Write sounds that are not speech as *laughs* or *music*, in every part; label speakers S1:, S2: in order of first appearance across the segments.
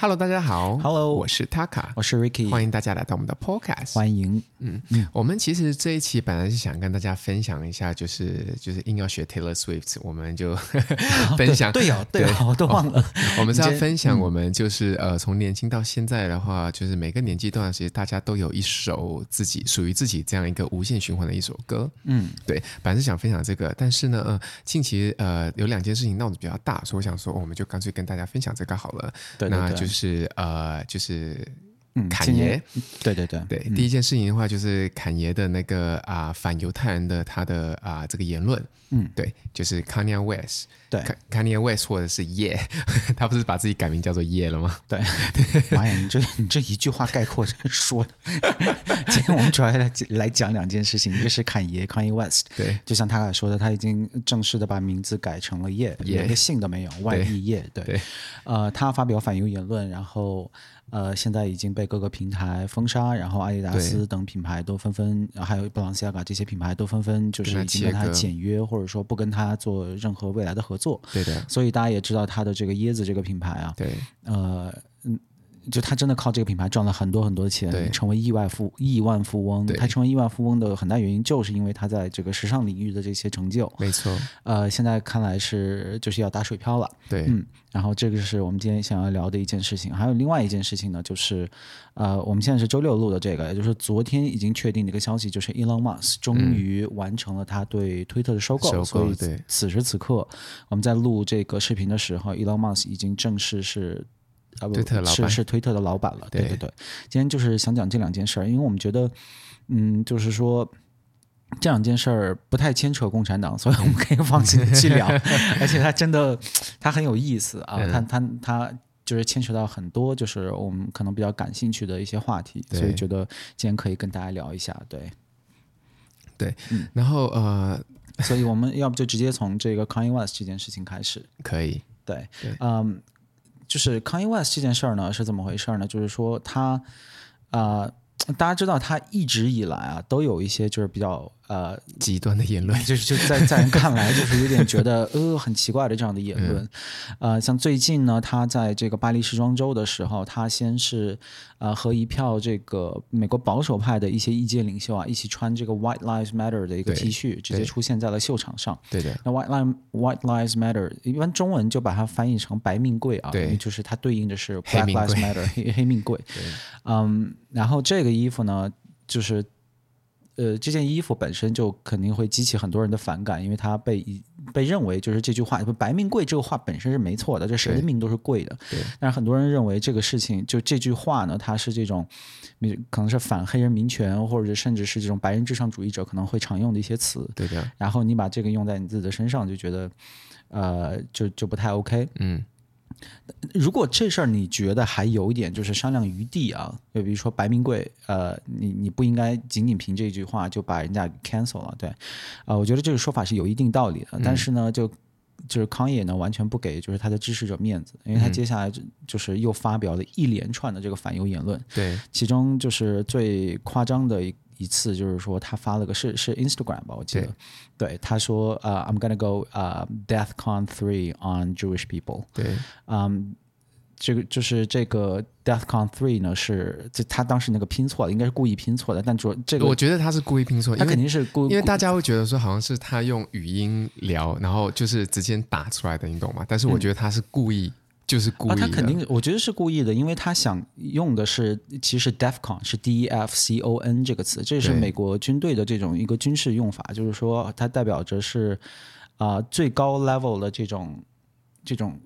S1: Hello，大家好
S2: Hello
S1: 我是 Taka，
S2: 我是 Ricky，
S1: 欢迎大家来到我们的 Podcast。
S2: 欢迎
S1: 我们其实这一期本来是想跟大家分享一下，就是就是硬要学 Taylor Swift，我们就 *laughs* 分享
S2: 对哦，对哦，我都忘了。
S1: *laughs* 我们是要
S2: 你今天嗯
S1: 分享我们就是、呃，从年轻到现在的话，就是每个年纪段，其实大家都有一首自己属于自己这样一个无限循环的一首歌。
S2: 嗯，
S1: 对，本来是想分享这个，但是呢，呃，近期呃有两件事情闹得比较大，所以我想说，哦我们就干脆跟大家分享这个好了。
S2: 对对
S1: 那
S2: 对
S1: 就是呃，就是
S2: 嗯
S1: 侃
S2: 今
S1: 爷。
S2: 天嗯对对对，
S1: 对，第一件事情的话就是侃爷的那个啊、反犹太人的他的啊、这个言论，
S2: 嗯，
S1: 对，就是 Kanye West，
S2: 对
S1: Ka-，Kanye West 或者是耶， *laughs* 他不是把自己改名叫做耶了吗？
S2: 对，妈呀，你这你这一句话概括这说的。 *laughs* 今天我们主要来来讲两件事情，一个是侃爷 Kanye West，
S1: 对，
S2: 就像他俩说的，他已经正式的把名字改成了叶，
S1: 叶
S2: 连个姓都没有，外译叶。对，
S1: 对
S2: 呃，他发表反犹言论，然后呃，现在已经被各个平台封杀，然后阿迪达斯等品牌都纷纷，还有布朗西亚嘎这些品牌都纷纷就是已经跟
S1: 跟他
S2: 他
S1: 切割
S2: 简约，或者说不跟他做任何未来的合作。
S1: 对的，
S2: 所以大家也知道他的这个椰子这个品牌啊，
S1: 对，
S2: 呃，嗯，就他真的靠这个品牌赚了很多很多的
S1: 对
S2: 钱，成为亿万富亿万富翁。
S1: 对
S2: 他成为亿万富翁的很大原因就是因为他在这个时尚领域的这些成就。
S1: 没错，
S2: 呃，现在看来是就是要打水漂了。
S1: 对，
S2: 嗯，然后这个是我们今天想要聊的一件事情，还有另外一件事情呢，就是，呃，我们现在是周六录的这个，也就是昨天已经确定的一个消息，就是 Elon Musk 终于完成了他对推特的收购，
S1: 嗯收购
S2: 所以
S1: 对
S2: 此时此刻我们在录这个视频的时候，Elon Musk 已经正式是。啊不
S1: 推特老板
S2: 是是推特的老板了，对
S1: 对
S2: 对对。今天就是想讲这两件事儿，因为我们觉得，嗯，就是说这两件事儿不太牵扯共产党， *laughs* 所以我们可以放心的去聊。而且它真的，它很有意思啊，它它它就是牵扯到很多就是我们可能比较感兴趣的一些话题，
S1: 对
S2: 所以觉得今天可以跟大家聊一下。对，
S1: 对，
S2: 嗯
S1: 然后呃，
S2: 所以我们要不就直接从这个 Kanye West 这件事情开始。
S1: 可以，
S2: 对，
S1: 对
S2: 嗯，就是 Kanye West 这件事儿呢是怎么回事儿呢？就是说他，啊，大家知道他一直以来啊都有一些就是比较呃
S1: 极端的言论，
S2: *laughs* 就是就在在人看来，就是有点觉得呃很奇怪的这样的言
S1: 嗯
S2: 论。呃，像最近呢，他在这个巴黎时装周的时候，他先是呃和一票这个美国保守派的一些意见领袖啊，一起穿这个 White Lives Matter 的一个
S1: 对
S2: T 恤，直
S1: 对
S2: 接出现在了秀场上。
S1: 对的，
S2: 那 White Lives White Lives Matter 一般中文就把它翻译成白命贵啊，
S1: 对
S2: 因为就是它对应的是
S1: 黑
S2: Black
S1: 命贵
S2: Lives Matter 黑黑命贵。 *laughs* 嗯，然后这个衣服呢，就是呃，这件衣服本身就肯定会激起很多人的反感，因为它被一被认为就是这句话“白命贵”这个话本身是没错的，这谁的
S1: 对
S2: 命都是贵的
S1: 对。
S2: 但是很多人认为这个事情，就这句话呢，它是这种嗯可能是反黑人民权，或者甚至是这种白人至上主义者可能会常用的一些词。
S1: 对的，
S2: 然后你把这个用在你自己的身上，就觉得，呃，就就不太 OK。
S1: 嗯，
S2: 如果这事儿你觉得还有一点就是商量余地啊，就比如说白名贵，呃，你你不应该仅仅凭这句话就把人家给 cancel 了，对，啊，我觉得这个说法是有一定道理的，但是呢，就。就是康也呢，完全不给就是他的支持者面子，因为他接下来就就是又发表了一连串的这个反犹言论，
S1: 对，
S2: 其中就是最夸张的一一次，就是说他发了个是是 Instagram 吧，我记得，对他说呃、i m gonna go 呃、DeathCon three on Jewish people，
S1: 对，
S2: 嗯。这个就是这个 DeathCon Three 呢，是这他当时那个拼错了，应该是故意拼错的，但主这
S1: 我
S2: 个
S1: 觉得他是故意拼错，
S2: 他
S1: 因
S2: 肯
S1: 为。
S2: 定是故
S1: 因为大家会觉得说，好像是他用语音聊，然后就是直接打出来的，你懂吗？但是我觉得他是故意，就是故意
S2: 嗯啊，
S1: 的。
S2: 他肯定，我觉得是故意的，因为他想用的是，其实 DEFCON 是 D E F C O N 这个词，这是
S1: 对
S2: 美国军队的这种一个军事用法，就是说它代表着是啊、最高 level 的这种这种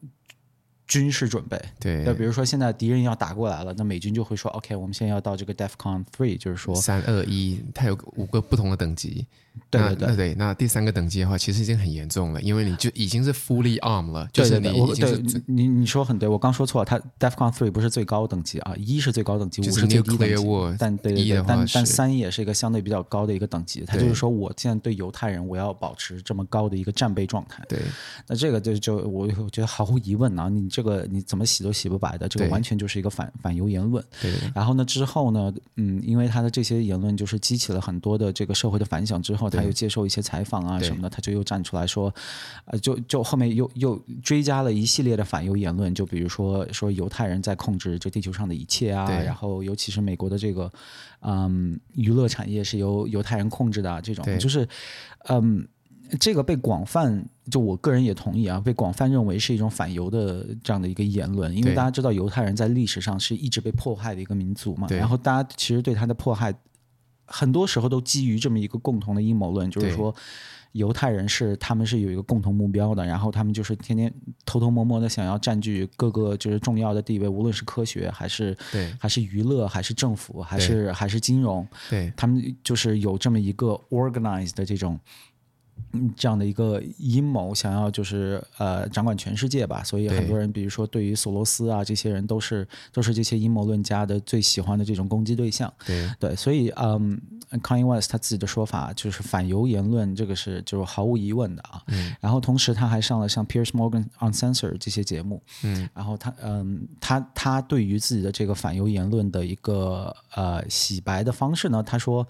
S2: 军事准备。
S1: 对，
S2: 那比如说现在敌人要打过来了，那美军就会说 OK，我们现在要到这个 DEFCON three，就是说
S1: 三二一，它有五个不同的等级。
S2: 对
S1: 那
S2: 对对
S1: 那对，那第三个等级的话，其实已经很严重了，因为你就已经是 fully arm 了，就
S2: 对
S1: 是
S2: 对
S1: 你
S2: 对，
S1: 已
S2: 我
S1: 经
S2: 对
S1: 是
S2: 你你说很对，我刚说错了，它 DEFCON three 不是最高等级啊，一是最高等级，五
S1: 就是
S2: 最低等
S1: nuclear
S2: 级
S1: war，
S2: 但对
S1: 一
S2: 对
S1: 的
S2: 对，
S1: 话
S2: 但
S1: 是
S2: 但三也是一个相对比较高的一个等级，它就
S1: 对
S2: 是说我现在对犹太人我要保持这么高的一个战备状态，
S1: 对
S2: 那这个就就我我觉得毫无疑问啊，你这这个你怎么洗都洗不白的，这个
S1: 对
S2: 完全就是一个反反犹言论。
S1: 对对对
S2: 然后呢，之后呢，嗯，因为他的这些言论就是激起了很多的这个社会的反响，之后他又接受一些采访啊
S1: 对
S2: 什么的，他就又站出来说，呃，就就后面又又追加了一系列的反犹言论，就比如说说犹太人在控制这地球上的一切啊，
S1: 对
S2: 然后尤其是美国的这个，嗯，娱乐产业是由犹太人控制的、啊、这种
S1: 对，
S2: 就是，嗯。这个被广泛，就我个人也同意啊，被广泛认为是一种反犹的这样的一个言论，因为
S1: 对
S2: 大家知道犹太人在历史上是一直被迫害的一个民族嘛，
S1: 对
S2: 然后大家其实对他的迫害，很多时候都基于这么一个共同的阴谋论，就是
S1: 对
S2: 说犹太人是他们是有一个共同目标的，然后他们就是天天偷偷摸摸的想要占据各个就是重要的地位，无论是科学还是
S1: 对
S2: 还是娱乐，还是政府，还是还是金融，
S1: 对
S2: 他们就是有这么一个 organized 的这种。嗯，这样的一个阴谋，想要就是呃掌管全世界吧，所以
S1: 对
S2: 很多人，比如说对于索罗斯啊这些人，都是都是这些阴谋论家的最喜欢的这种攻击对象。
S1: 对
S2: 对，所以嗯，Kanye West 他自己的说法就是反犹言论，这个是就是毫无疑问的啊。
S1: 嗯
S2: 然后同时他还上了像 Piers Morgan Uncensored 这些节目，
S1: 嗯，
S2: 然后他嗯他他对于自己的这个反犹言论的一个呃洗白的方式呢，他说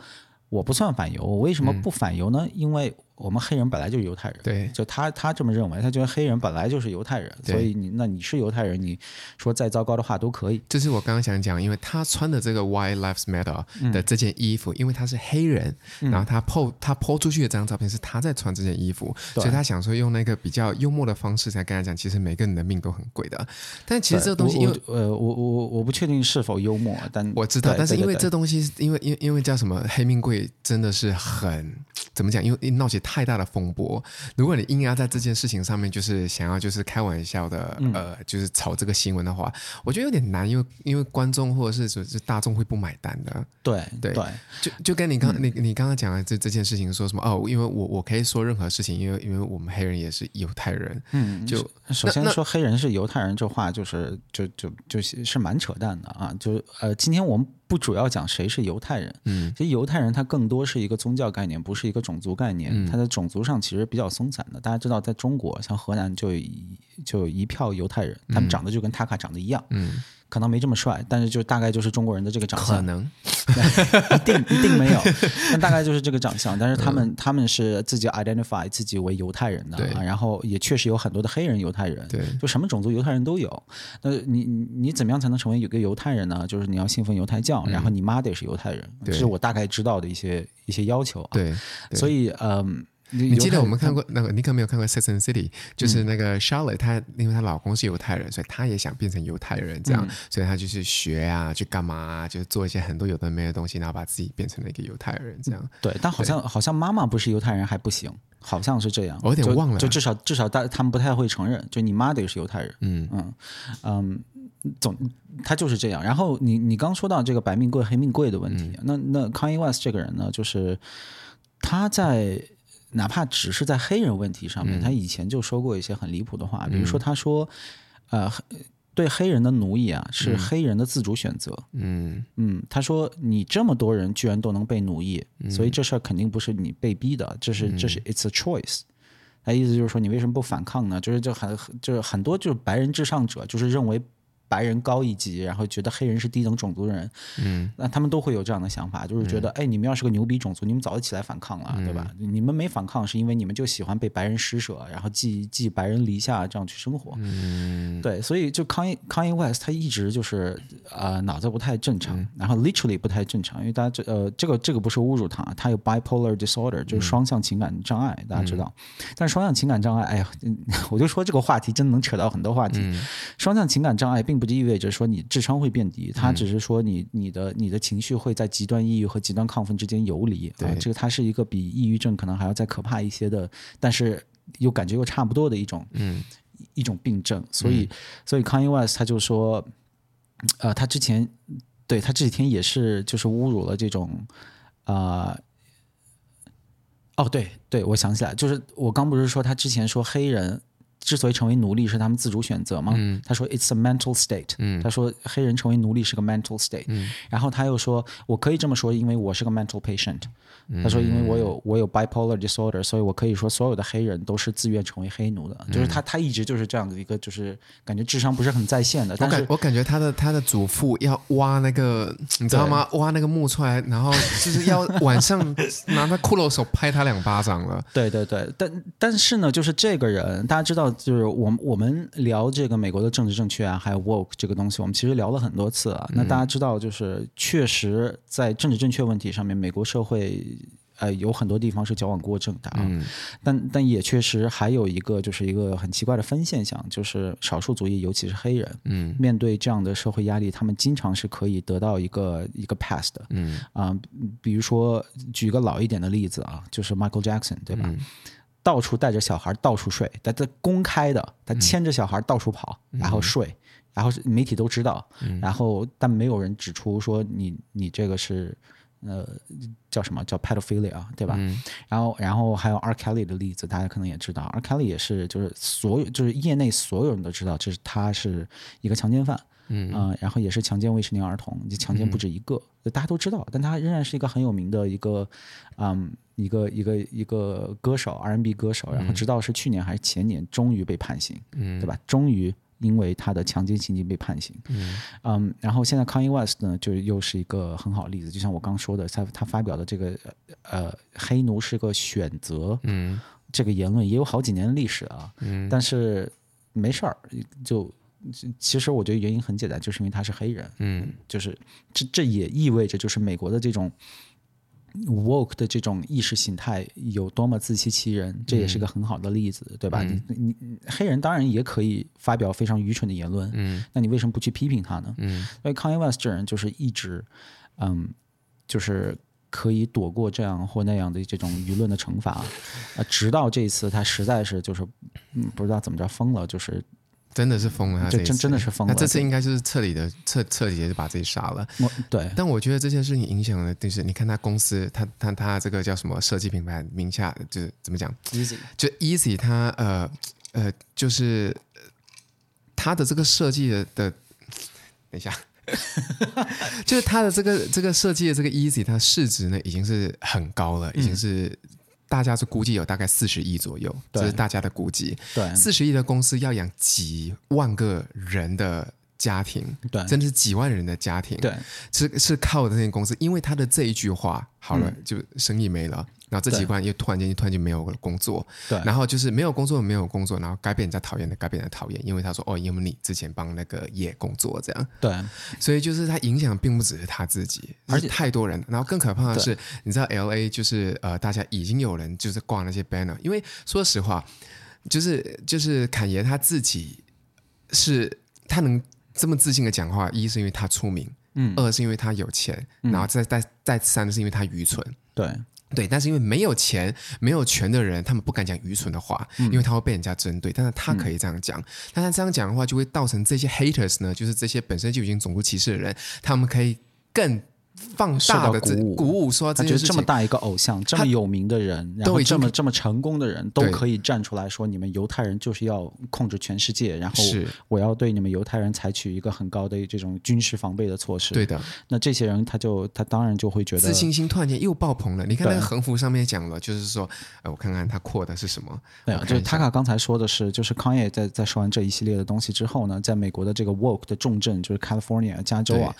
S2: 我不算反犹，我为什么不反犹呢？因为我们黑人本来就是犹太人，
S1: 嗯对
S2: 就他他这么认为，他觉得黑人本来就是犹太人，
S1: 对
S2: 所以你那你是犹太人，你说再糟糕的话都可以。
S1: 这是我刚刚想讲，因为他穿的这个 Why Lives
S2: 嗯
S1: Matter 的这件衣服，因为他是黑人，然后他 PO 他 PO 出去的这张照片是他在穿这件衣服，
S2: 对
S1: 所以他想说用那个比较幽默的方式才跟他讲，其实每个人的命都很贵的。但其实这个东西，
S2: 对
S1: 因为
S2: 我我呃，我我我不确定是否幽默，但
S1: 我知道，
S2: 对
S1: 但是
S2: 对
S1: 因为
S2: 对
S1: 这东西，因为因为因为叫什么黑命贵，真的是很怎么讲？因为闹起太大的风波。如果你硬要在这件事情上面，就是想要就是开玩笑的，
S2: 嗯
S1: 呃，就是炒这个新闻的话，我觉得有点难，因为因为观众或者是就是大众会不买单的。
S2: 对
S1: 对
S2: 对
S1: 就就跟你刚、
S2: 嗯
S1: 你你刚刚讲的这这件事情，说什么哦？因为我我可以说任何事情，因为因为我们黑人也是犹太人，
S2: 嗯，
S1: 就
S2: 首先说黑人是犹太人这话就是就就就是是蛮扯淡的啊，就呃，今天我们不主要讲谁是犹太人，
S1: 嗯，
S2: 其实犹太人他更多是一个宗教概念，不是一个种族概念，
S1: 嗯
S2: 他在种族上其实比较松散的。大家知道，在中国像河南就有一就有一票犹太人，他们长得就跟塔卡长得一样，
S1: 嗯，
S2: 可能没这么帅，但是就大概就是中国人的这个长
S1: 可
S2: 相，
S1: 能
S2: *laughs* 一定一定没有，但大概就是这个长相。但是他们、他们是自己 identify 自己为犹太人的
S1: 嗯对
S2: 啊，然后也确实有很多的黑人犹太人，
S1: 对
S2: 就什么种族犹太人都有。那你你你怎么样才能成为一个犹太人呢？就是你要信奉犹太教，然后你妈得是犹太人，这
S1: 嗯对
S2: 是我大概知道的一些一些要求啊。，
S1: 对。对
S2: 所以嗯，
S1: 你
S2: 你
S1: 记得我们看过那个，你可没有看过《Sex and City》，就是
S2: 嗯
S1: 那个 Charlotte，她因为她老公是犹太人，所以她也想变成犹太人，这样，
S2: 嗯
S1: 所以她就去学啊，去干嘛啊，就是做一些很多有的没的东西，然后把自己变成了一个犹太人，这样。嗯
S2: 对，但好像好像妈妈不是犹太人还不行，好像是这样。
S1: 我有点
S2: 就
S1: 忘了
S2: 就至少至少大他们不太会承认，就你妈得是犹太人。
S1: 嗯
S2: 嗯嗯，总他就是这样。然后你你刚说到这个白命贵黑命贵的问题，
S1: 嗯
S2: 那那 Kanye West 这个人呢，就是他在哪怕只是在黑人问题上
S1: 嗯
S2: 面，他以前就说过一些很离谱的话，比如说他说，呃，黑对黑人的奴役啊是黑人的自主选择。
S1: 嗯，
S2: 嗯，他说你这么多人居然都能被奴役，所以这事儿肯定不是你被逼的，这是这是 it's a choice。他意思就是说你为什么不反抗呢？就是就很就是很多就是白人至上者，就是认为白人高一级，然后觉得黑人是低等种族人，嗯，那他们都会有这样的想法，就是觉得、哎，你们要是个牛逼种族，你们早就起来反抗了，对吧？你们没反抗是因为你们就喜欢被白人施舍，然后寄寄白人篱下这样去生活，对，所以就康 a 康 y West 他一直就是呃脑子不太正常，
S1: 嗯
S2: 然后 literally 不太正常，因为大家这呃这个这个不是侮辱他，他有 bipolar disorder
S1: 嗯
S2: 就是双向情感障碍，大家知道。但是双向情感障碍，哎呀，嗯我就说这个话题真的能扯到很多话题。
S1: 嗯
S2: 双向情感障碍并不意味着说你智商会变低，
S1: 嗯
S2: 它只是说你你的你的情绪会在极端抑郁和极端亢奋之间游离。
S1: 对
S2: 啊，这个它是一个比抑郁症可能还要再可怕一些的，但是又感觉又差不多的一种
S1: 嗯
S2: 一种病症，所以、所以 Kanye West 他就说，呃，他之前对他这几天也是就是侮辱了这种，啊、哦对对，我想起来，就是我刚不是说他之前说黑人之所以成为奴隶是他们自主选择嘛。
S1: 嗯
S2: 他说 it's a mental state，、他说黑人成为奴隶是个 mental state，、
S1: 嗯
S2: 然后他又说我可以这么说，因为我是个 mental patient。他
S1: 嗯
S2: 说因为我有我有 bipolar disorder，所以我可以说所有的黑人都是自愿成为黑奴的，
S1: 嗯
S2: 就是他他一直就是这样的一个就是感觉智商不是很在线的，
S1: 我
S2: 但
S1: 感
S2: 是。
S1: 我感觉他的他的祖父要挖那个，你知道吗？挖那个墓出来，然后就是要晚
S2: *laughs*
S1: 上拿那骷髅手拍他两巴掌了。
S2: 对对对，但但是呢，就是这个人，大家知道，就是我们我们聊这个美国的政治正确啊，还有 woke 这个东西，我们其实聊了很多次啊。那大家知道，就是确实在政治正确问题上面，美国社会。呃，有很多地方是矫枉过正的啊，但但也确实还有一个就是一个很奇怪的分现象，就是少数族裔，尤其是黑人，嗯，面对这样的社会压力，他们经常是可以得到一个一个 pass 的，嗯啊、比如说举一个老一点的例子啊，就是 Michael Jackson 对吧？到处带着小孩到处睡，他他公开的，他牵着小孩到处跑，然后睡，然后是媒体都知道，然后但没有人指出说你你这个是呃叫什么叫 pedophilia 对吧？然后然后还有 R Kelly 的例子，大家可能也知道，R Kelly 也是就是所有就是业内所有人都知道，这是他是一个强奸犯。嗯、然后也是强奸未成年儿童，就强奸不止一个，就大家都知道，但他仍然是一个很有名的一个，嗯，一个一个一个歌手，R&B 歌手，然后直到是去年还是前年，终于被判刑，嗯，对吧？终于因为他的强奸行径被判刑，嗯然后现在 Kanye West 呢，就又是一个很好的例子，就像我刚说的，他他发表的这个呃，黑奴是个选择，嗯，这个言论也有好几年的历史啊，嗯，但是没事儿，就其实我觉得原因很简单，就是因为他是黑人，嗯，就是这这也意味着就是美国的这种 woke 的这种意识形态有多么自欺欺人，这也
S1: 嗯
S2: 是个很好的例子，对吧？你你你黑人当然也可以发表非常愚蠢的言论，嗯，那你为什么不去批评他呢？嗯，因为 Kanye West 这人就是一直，嗯，就是。可以躲过这样或那样的这种舆论的惩罚，啊、直到这一次他实在是就是、嗯、不知道怎么着疯了，就是
S1: 真的是疯了，他
S2: 这
S1: 这一
S2: 真
S1: 次
S2: 真的是疯
S1: 那
S2: 了。
S1: 这次应该就是彻底的彻彻底的把自己杀了。
S2: 我对
S1: 但我觉得这件事情影响的就是，你看他公司，他他他这个叫什么设计品牌名下，就是怎么讲，
S2: easy
S1: 就 Easy 它呃呃就是呃它的这个设计的的，等一下， *laughs* 就是它的这个这个设计的这个 Easy，它市值呢已经是很高了，已经是。大家是估计有大概四十亿左右，这
S2: 对嗯
S1: 是大家的估计。
S2: 对
S1: 四十亿的公司要养几万个人的家庭，
S2: 对
S1: 真的是几万人的家庭。
S2: 对
S1: 是是靠这间公司，因为他的这一句话，好了，
S2: 嗯
S1: 就生意没了，然后这几
S2: 对
S1: 个人又突然间突然间没有工作，
S2: 对
S1: 然后就是没有工作没有工作，然后该被人家讨厌的该被人家讨厌，因为他说哦，因为你之前帮那个叶工作这样，
S2: 对
S1: 所以就是他影响并不只是他自己，
S2: 而
S1: 而
S2: 且
S1: 且太多人。然后更可怕的是，你知道 L A 就是呃，大家已经有人就是挂那些 banner，因为说实话，就是就是侃爷他自己是他能这么自信的讲话，一是因为他出名，嗯，二是因为他有钱，然后再再再三是因为他愚蠢。
S2: 对
S1: 对，但是因为没有钱、没有权的人，他们不敢讲愚蠢的话，
S2: 嗯
S1: 因为他会被人家针对。但是他可以这样讲，但他这样讲的话，就会造成这些 haters 呢，就是这些本身就已经种族歧视的人，他们可以更放
S2: 受
S1: 大
S2: 到
S1: 的
S2: 鼓
S1: 这
S2: 舞
S1: 鼓舞说
S2: 他
S1: 这
S2: 觉
S1: 件
S2: 得
S1: 事
S2: 这
S1: 情
S2: 么。大一个偶像，这么有名的人，然
S1: 都
S2: 后
S1: 已经
S2: 这么这么成功的人都
S1: 对
S2: 可以站出来说，你们犹太人就是要控制全世界，然后
S1: 是
S2: 我要对你们犹太人采取一个很高的这种军事防备的措施。
S1: 对，的，
S2: 那这些人他就他当然就会觉得
S1: 自信心突然间又爆棚了。你看
S2: 对
S1: 那个横幅上面讲了，就是说，呃，我看看他扩的是什么。
S2: 对啊，
S1: 我
S2: 就
S1: 看
S2: 是
S1: 一下
S2: 塔卡刚才说的是，就是康也在在说完这一系列的东西之后呢，在美国的这个 woke 的重镇就是 California 加州啊，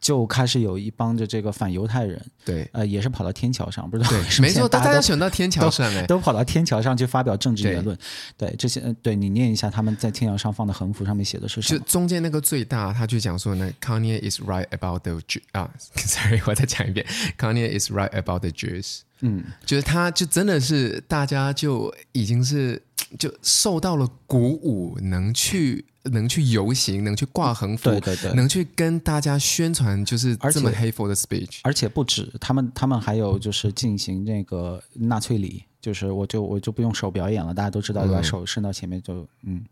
S2: 就开始有一帮着这个反犹太人，
S1: 对
S2: 呃，也是跑到天桥上，不知道
S1: 对
S2: 为，什么
S1: 没
S2: 现
S1: 错，
S2: 在
S1: 大
S2: 大
S1: 家
S2: 都
S1: 选到天桥上哎，
S2: 都跑到天桥上去发表政治言论。对这些，呃对你念一下他们在天桥上放的横幅上面写的是什
S1: 就
S2: 么？
S1: 中间那个最大，他就讲说呢，Kanye is right about the Jew 啊，sorry，我再 *laughs* 讲一遍，Kanye is right about the Jews。嗯，就是他就真的是大家就已经是就受到了鼓舞，能去能去游行，能去挂横幅，
S2: 对对对
S1: 能去跟大家宣传，就是
S2: 而且
S1: 这么 hateful 的 speech。
S2: 而且不止，他们他们还有就是进行那个纳粹礼，就是我就我就不用手表演了，大家都知道对吧？手伸到前面就嗯，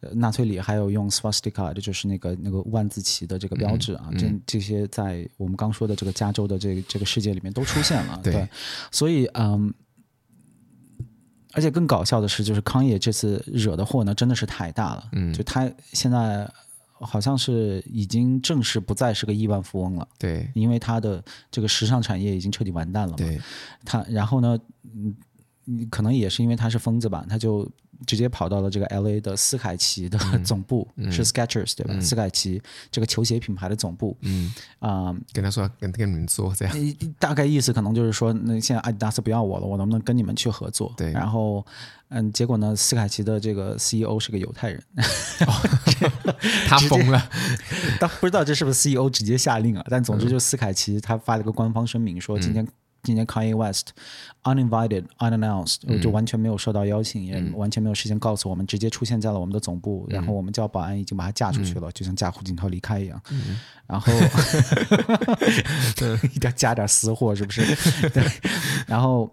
S2: 呃纳粹礼还有用 swastika，这就是那个那个万字旗的这个标志啊，这这些在我们刚说的这个加州的这个这个世界里面都出现了，
S1: 对
S2: 对，所以嗯。而且更搞笑的是，就是康也这次惹的祸呢，真的是太大了。嗯，就他现在好像是已经正式不再是个亿万富翁了，
S1: 对
S2: 因为他的这个时尚产业已经彻底完蛋了嘛。
S1: 对，
S2: 他然后呢，嗯，嗯可能也是因为他是疯子吧，他就直接跑到了这个 L A 的斯凯奇的
S1: 嗯
S2: 总部，是 Skechers 对吧？斯凯奇这个球鞋品牌的总部，
S1: 嗯，
S2: 啊、
S1: 跟他说跟跟你们做这样，
S2: 一一大概意思可能就是说，那现在阿迪达斯不要我了，我能不能跟你们去合作？
S1: 对
S2: 然后，嗯，结果呢，斯凯奇的这个 CEO 是个犹太人，
S1: 他疯了，
S2: *laughs* 但不知道这是不是 CEO 直接下令啊？但总之，就斯凯奇他发了个官方声明说，今天、今天 Kanye West uninvited unannounced，、就完全没有收到邀请，也完全没有事先告诉我们，直接出现在了我们的总部，然后我们叫保安已经把他架出去了，就像架胡锦涛离开一样。然后 *laughs* 一定要加点私货，是不是？对，然后。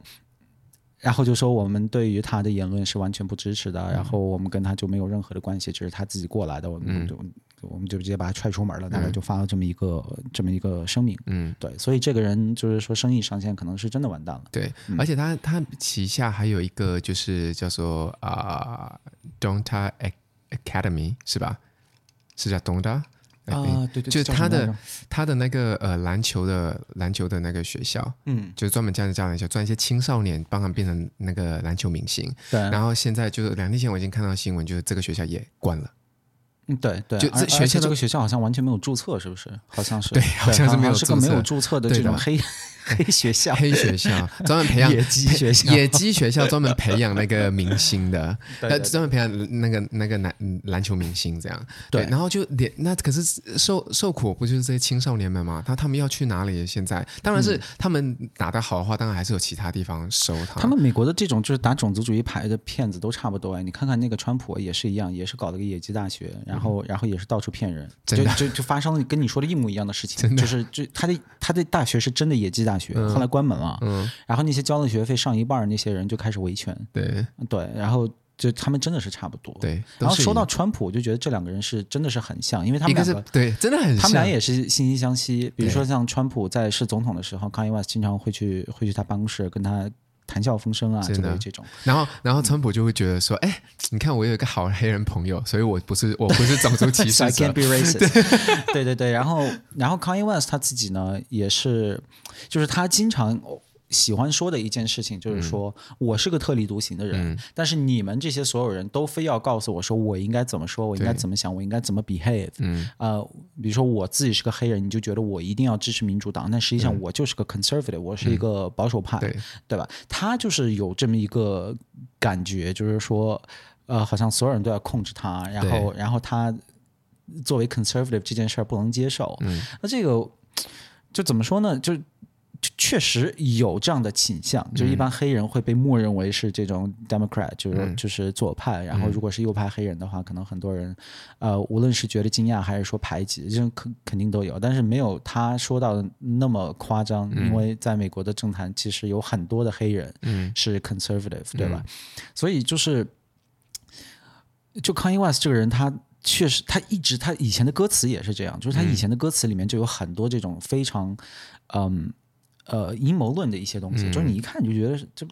S2: 然后就说我们对于他的言论是完全不支持的，然后我们跟他就没有任何的关系，只是他自己过来的，我们就、我们就直接把他踹出门了，大概就发了这么一个、这么一个声明。
S1: 嗯，
S2: 对，所以这个人就是说生意上限可能是真的完蛋了。
S1: 对，而且他他旗下还有一个就是叫做啊、d o n t a Academy 是吧？是叫 Donta
S2: 啊对
S1: 哎就是他的他的那个呃篮球的篮球的那个学校，
S2: 嗯，
S1: 就是专门教人教篮球，专一些青少年，帮他们变成那个篮球明星。
S2: 对
S1: 然后现在就是两天前我已经看到新闻，就是这个学校也关了，
S2: 嗯对对，
S1: 就
S2: 而
S1: 这学校
S2: 而且
S1: 的
S2: 这个学校好像完全没有注册，是不是？好像是对，
S1: 好像是没有
S2: 是个
S1: 注
S2: 没
S1: 册
S2: 有注册的
S1: 对
S2: 这种
S1: 的
S2: 黑 *laughs* 黑学校。
S1: 黑学校
S2: *laughs*
S1: 专门培养
S2: 野鸡学校
S1: 野鸡学校专门培养那个明星的，
S2: *laughs* 对
S1: 呃
S2: 对
S1: 专门培养那个那个篮篮球明星这样。
S2: 对
S1: 然后就连那可是受受苦不就是这些青少年们嘛？他他们要去哪里？现在当然
S2: 嗯
S1: 是他们打得好的话，当然还是有其他地方收他。
S2: 他们美国的这种就是打种族主义牌的骗子都差不多哎，你看看那个川普也是一样，也是搞了个野鸡大学，然后然后也是到处骗人，
S1: 嗯真的
S2: 就就就发生了跟你说的一模一样的事情，就是就他的他的大学是真的野鸡大
S1: 嗯
S2: 学，后来关门了，然后那些交了学费上一半儿那些人就开始维权，嗯
S1: 对
S2: 对，然后就他们真的是差不多，。
S1: 对，
S2: 然后
S1: 都是
S2: 说到
S1: 一
S2: 川普，我就觉得这两个人是真的是很像，因为他
S1: 一
S2: 们
S1: 个是
S2: 两个
S1: 对，真的很
S2: 他们俩
S1: 像
S2: 也是惺惺相惜。比如说像川普在是总统的时候，Kanye West 经常会去会去他办公室跟他谈笑风生啊
S1: 真
S2: 之
S1: 的
S2: 类这种。
S1: 然后，然后川普就会觉得说：“哎、你看我有一个好黑人朋友，所以我不是我不是种族歧
S2: So *laughs*
S1: 视
S2: I
S1: 者。
S2: can't be racist 。 *laughs* 对对对，然后然后 Kanye West 他自己呢也是，就是他经常喜欢说的一件事情，就是说、我是个特立独行的人、但是你们这些所有人都非要告诉我说我应该怎么说，我应该怎么想，我应该怎么 behave。嗯，呃，比如说我自己是个黑人，你就觉得我一定要支持民主党，但实际上我就是个 conservative，、我是一个保守派。
S1: 对
S2: 嗯对吧？他就是有这么一个感觉，就是说，呃，好像所有人都要控制他，然后，然后他作为 conservative 这件事儿不能接受。嗯，那这个就怎么说呢？就就确实有这样的倾向，就是一般黑人会被默认为是这种 Democrat，就是、就是左派。然后如果是右派黑人的话，可能很多人呃，无论是觉得惊讶还是说排挤，这种肯肯定都有，但是没有他说到的那么夸张，因为在美国的政坛其实有很多的黑人是 conservative，、对吧？所以就是就 Kanye West 这个人，他确实，他一直他以前的歌词也是这样，就是他以前的歌词里面就有很多这种非常，嗯呃阴谋论的一些东西，就是你一看你就觉得是这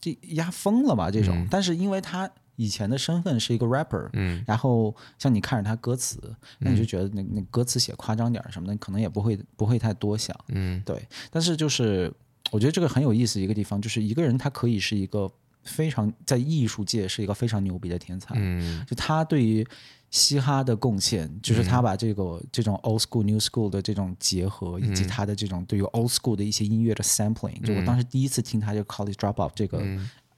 S2: 这压疯了吧这种，但是因为他。以前的身份是一个 rapper，嗯，然后像你看着他歌词，那你就觉得那那歌词写夸张点儿什么的，可能也不会不会太多想，嗯，对。但是就是我觉得这个很有意思的一个地方，就是一个人他可以是一个非常在艺术界是一个非常牛逼的天才，
S1: 嗯，
S2: 就他对于嘻哈的贡献，就是他把这个、这种 old school new school 的这种结合，以及他的这种对于 old school 的一些音乐的 sampling、就我当时第一次听他这个 college dropout 这个、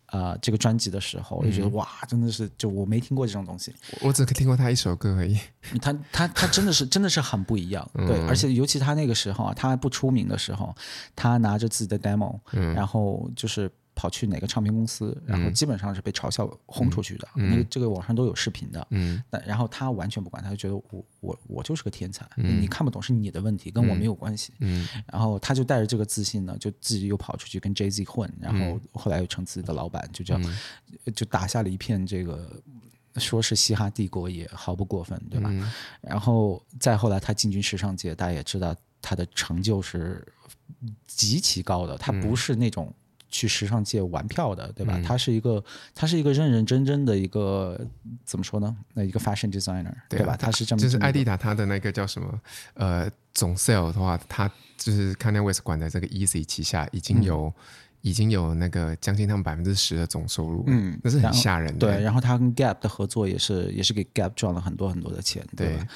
S2: 呃这个专辑的时候，我就觉得、哇，真的是就我没听过这种东西。
S1: 我我只听过他一首歌而已。
S2: 他他他真的是真的是很不一样，对，
S1: 嗯
S2: 而且尤其他那个时候啊，他还不出名的时候，他拿着自己的 demo，、然
S1: 嗯
S2: 后就是跑去哪个唱片公司，然后基本上是被嘲笑轰出去的，那个这个网上都有视频的，
S1: 嗯，
S2: 但然后他完全不管，他就觉得我我我就是个天才，你看不懂是你的问题，跟我没有关系，
S1: 嗯，
S2: 然后他就带着这个自信呢，就自己又跑出去跟 Jay Z 混，然后
S1: 嗯
S2: 后来又成自己的老板，就这样、就打下了一片这个说是嘻哈帝国也毫不过分，对吧？
S1: 嗯
S2: 然后再后来他进军时尚界，
S1: 嗯
S2: 大家也知道他的成就是极其高的，他不是那种去时尚界玩票的，对吧？他是一个他是一个认认真真的一个怎么说呢？呃那一个 fashion designer，
S1: 对
S2: 对
S1: 啊
S2: 吧？他是这么
S1: 就是
S2: 这么
S1: 艾迪达他的那个叫什么呃总 sale 的话，他就是 Kanye West 管的这个 Easy 旗下已经有、
S2: 嗯
S1: 已经有那个将近他们百分之十的总收入，嗯，那是很吓人的。
S2: 对，然后他跟 Gap 的合作也是也是给 Gap 赚了很多很多的钱，对吧？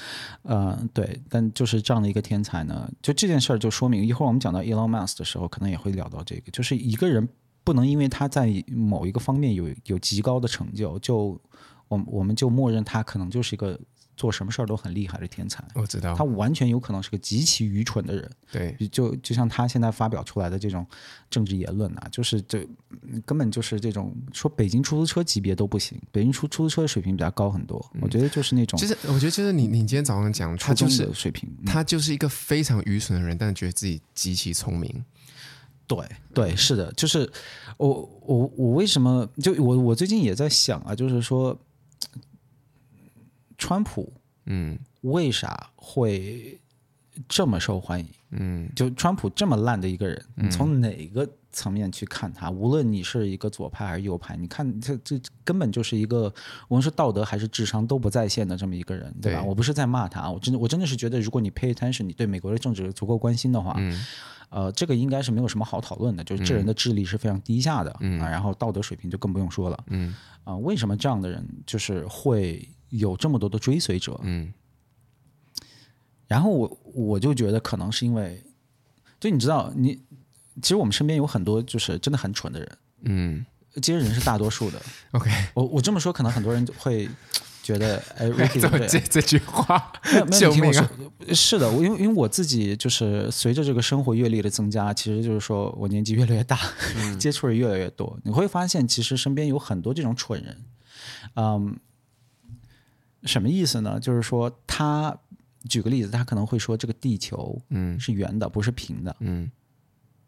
S2: 呃，对，但就是这样的一个天才呢，就这件事儿就说明，一会儿我们讲到 Elon Musk 的时候，可能也会聊到这个，就是一个人不能因为他在某一个方面有有极高的成就，就我们我们就默认他可能就是一个做什么事儿都很厉害的天才，
S1: 我知道
S2: 他，完全有可能是个极其愚蠢的人。
S1: 对，
S2: 就就像他现在发表出来的这种政治言论啊，就是这嗯根本就是这种说北京出租车级别都不行，北京出出租车的水平比他高很多，我觉得就是那种
S1: 其实我觉得嗯就是你你今天早上讲，他
S2: 初
S1: 就
S2: 中
S1: 是
S2: 的水平，嗯
S1: 他就是一个非常愚蠢的人，但是觉得自己极其聪明。
S2: 对对，是的，就是我我我为什么就我我最近也在想啊，就是说，川普
S1: 嗯
S2: 为啥会这么受欢迎？
S1: 嗯，
S2: 就川普这么烂的一个人，你从哪个层面去看他？无论你是一个左派还是右派，你看这这根本就是一个，无论是道德还是智商都不在线的这么一个人，对吧？
S1: 对
S2: 我不是在骂他，啊我真的我真的是觉得，如果你 pay attention，你对美国的政治足够关心的
S1: 嗯
S2: 话，呃，这个应该是没有什么好讨论的，就是这人的智力是非常低下的，
S1: 嗯
S2: 啊，然后道德水平就更不用说了，嗯，啊、为什么这样的人就是会有这么多的追随者？
S1: 嗯，
S2: 然后我我就觉得可能是因为，就你知道，你其实我们身边有很多就是真的很蠢的人，
S1: 嗯
S2: 这些人是大多
S1: *laughs*
S2: 数的。
S1: ，OK，
S2: 我我这么说，可能很多人会觉得，哎，Ricky
S1: *laughs* 这
S2: 怎么这
S1: 这
S2: 样？
S1: 这句话
S2: 没
S1: *laughs*
S2: 有，没有，
S1: 救
S2: 你听我
S1: 命
S2: 说 *laughs*
S1: 啊！，
S2: 是的，我因为因为我自己就是随着这个生活阅历的增加，其实就是说我年纪越来越大，
S1: 嗯
S2: *laughs* 接触的越来越多，你会发现其实身边有很多这种蠢人，嗯，什么意思呢？就是说他举个例子，他可能会说这个地球
S1: 嗯
S2: 是圆的，不是平的，
S1: 嗯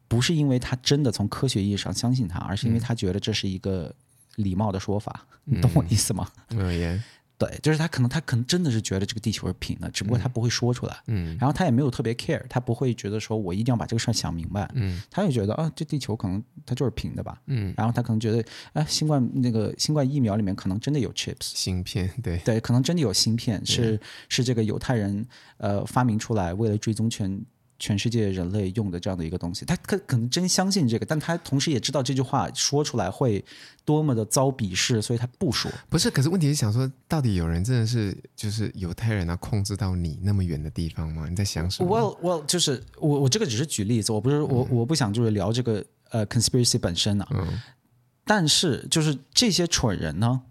S2: 不是因为他真的从科学意义上相信他，而是
S1: 嗯
S2: 因为他觉得这是一个礼貌的说法，你懂我意思吗？
S1: 嗯耶，
S2: 对，就是他可能他可能真的是觉得这个地球是平的，只不过他不会说出来，
S1: 嗯
S2: 然后他也没有特别 care，他不会觉得说我一定要把这个事儿想明白，
S1: 嗯
S2: 他就觉得啊，这地球可能它就是平的吧，
S1: 嗯，
S2: 然后他可能觉得啊，新冠那个新冠疫苗里面可能真的有 chips，
S1: 芯片对，
S2: 对，可能真的有芯片，是、是这个犹太人呃发明出来，为了追踪全全世界人类用的这样的一个东西。他可可能真相信这个，但他同时也知道这句话说出来会多么的遭鄙视，所以他不说。
S1: 不是，可是问题是想说，到底有人真的是就是犹太人啊，控制到你那么远的地方吗？你在想什么？
S2: Well, well，就是我我这个只是举例子，我不是我我不想就是聊这个呃 conspiracy 本身啊，
S1: 嗯
S2: 但是就是这些蠢人呢，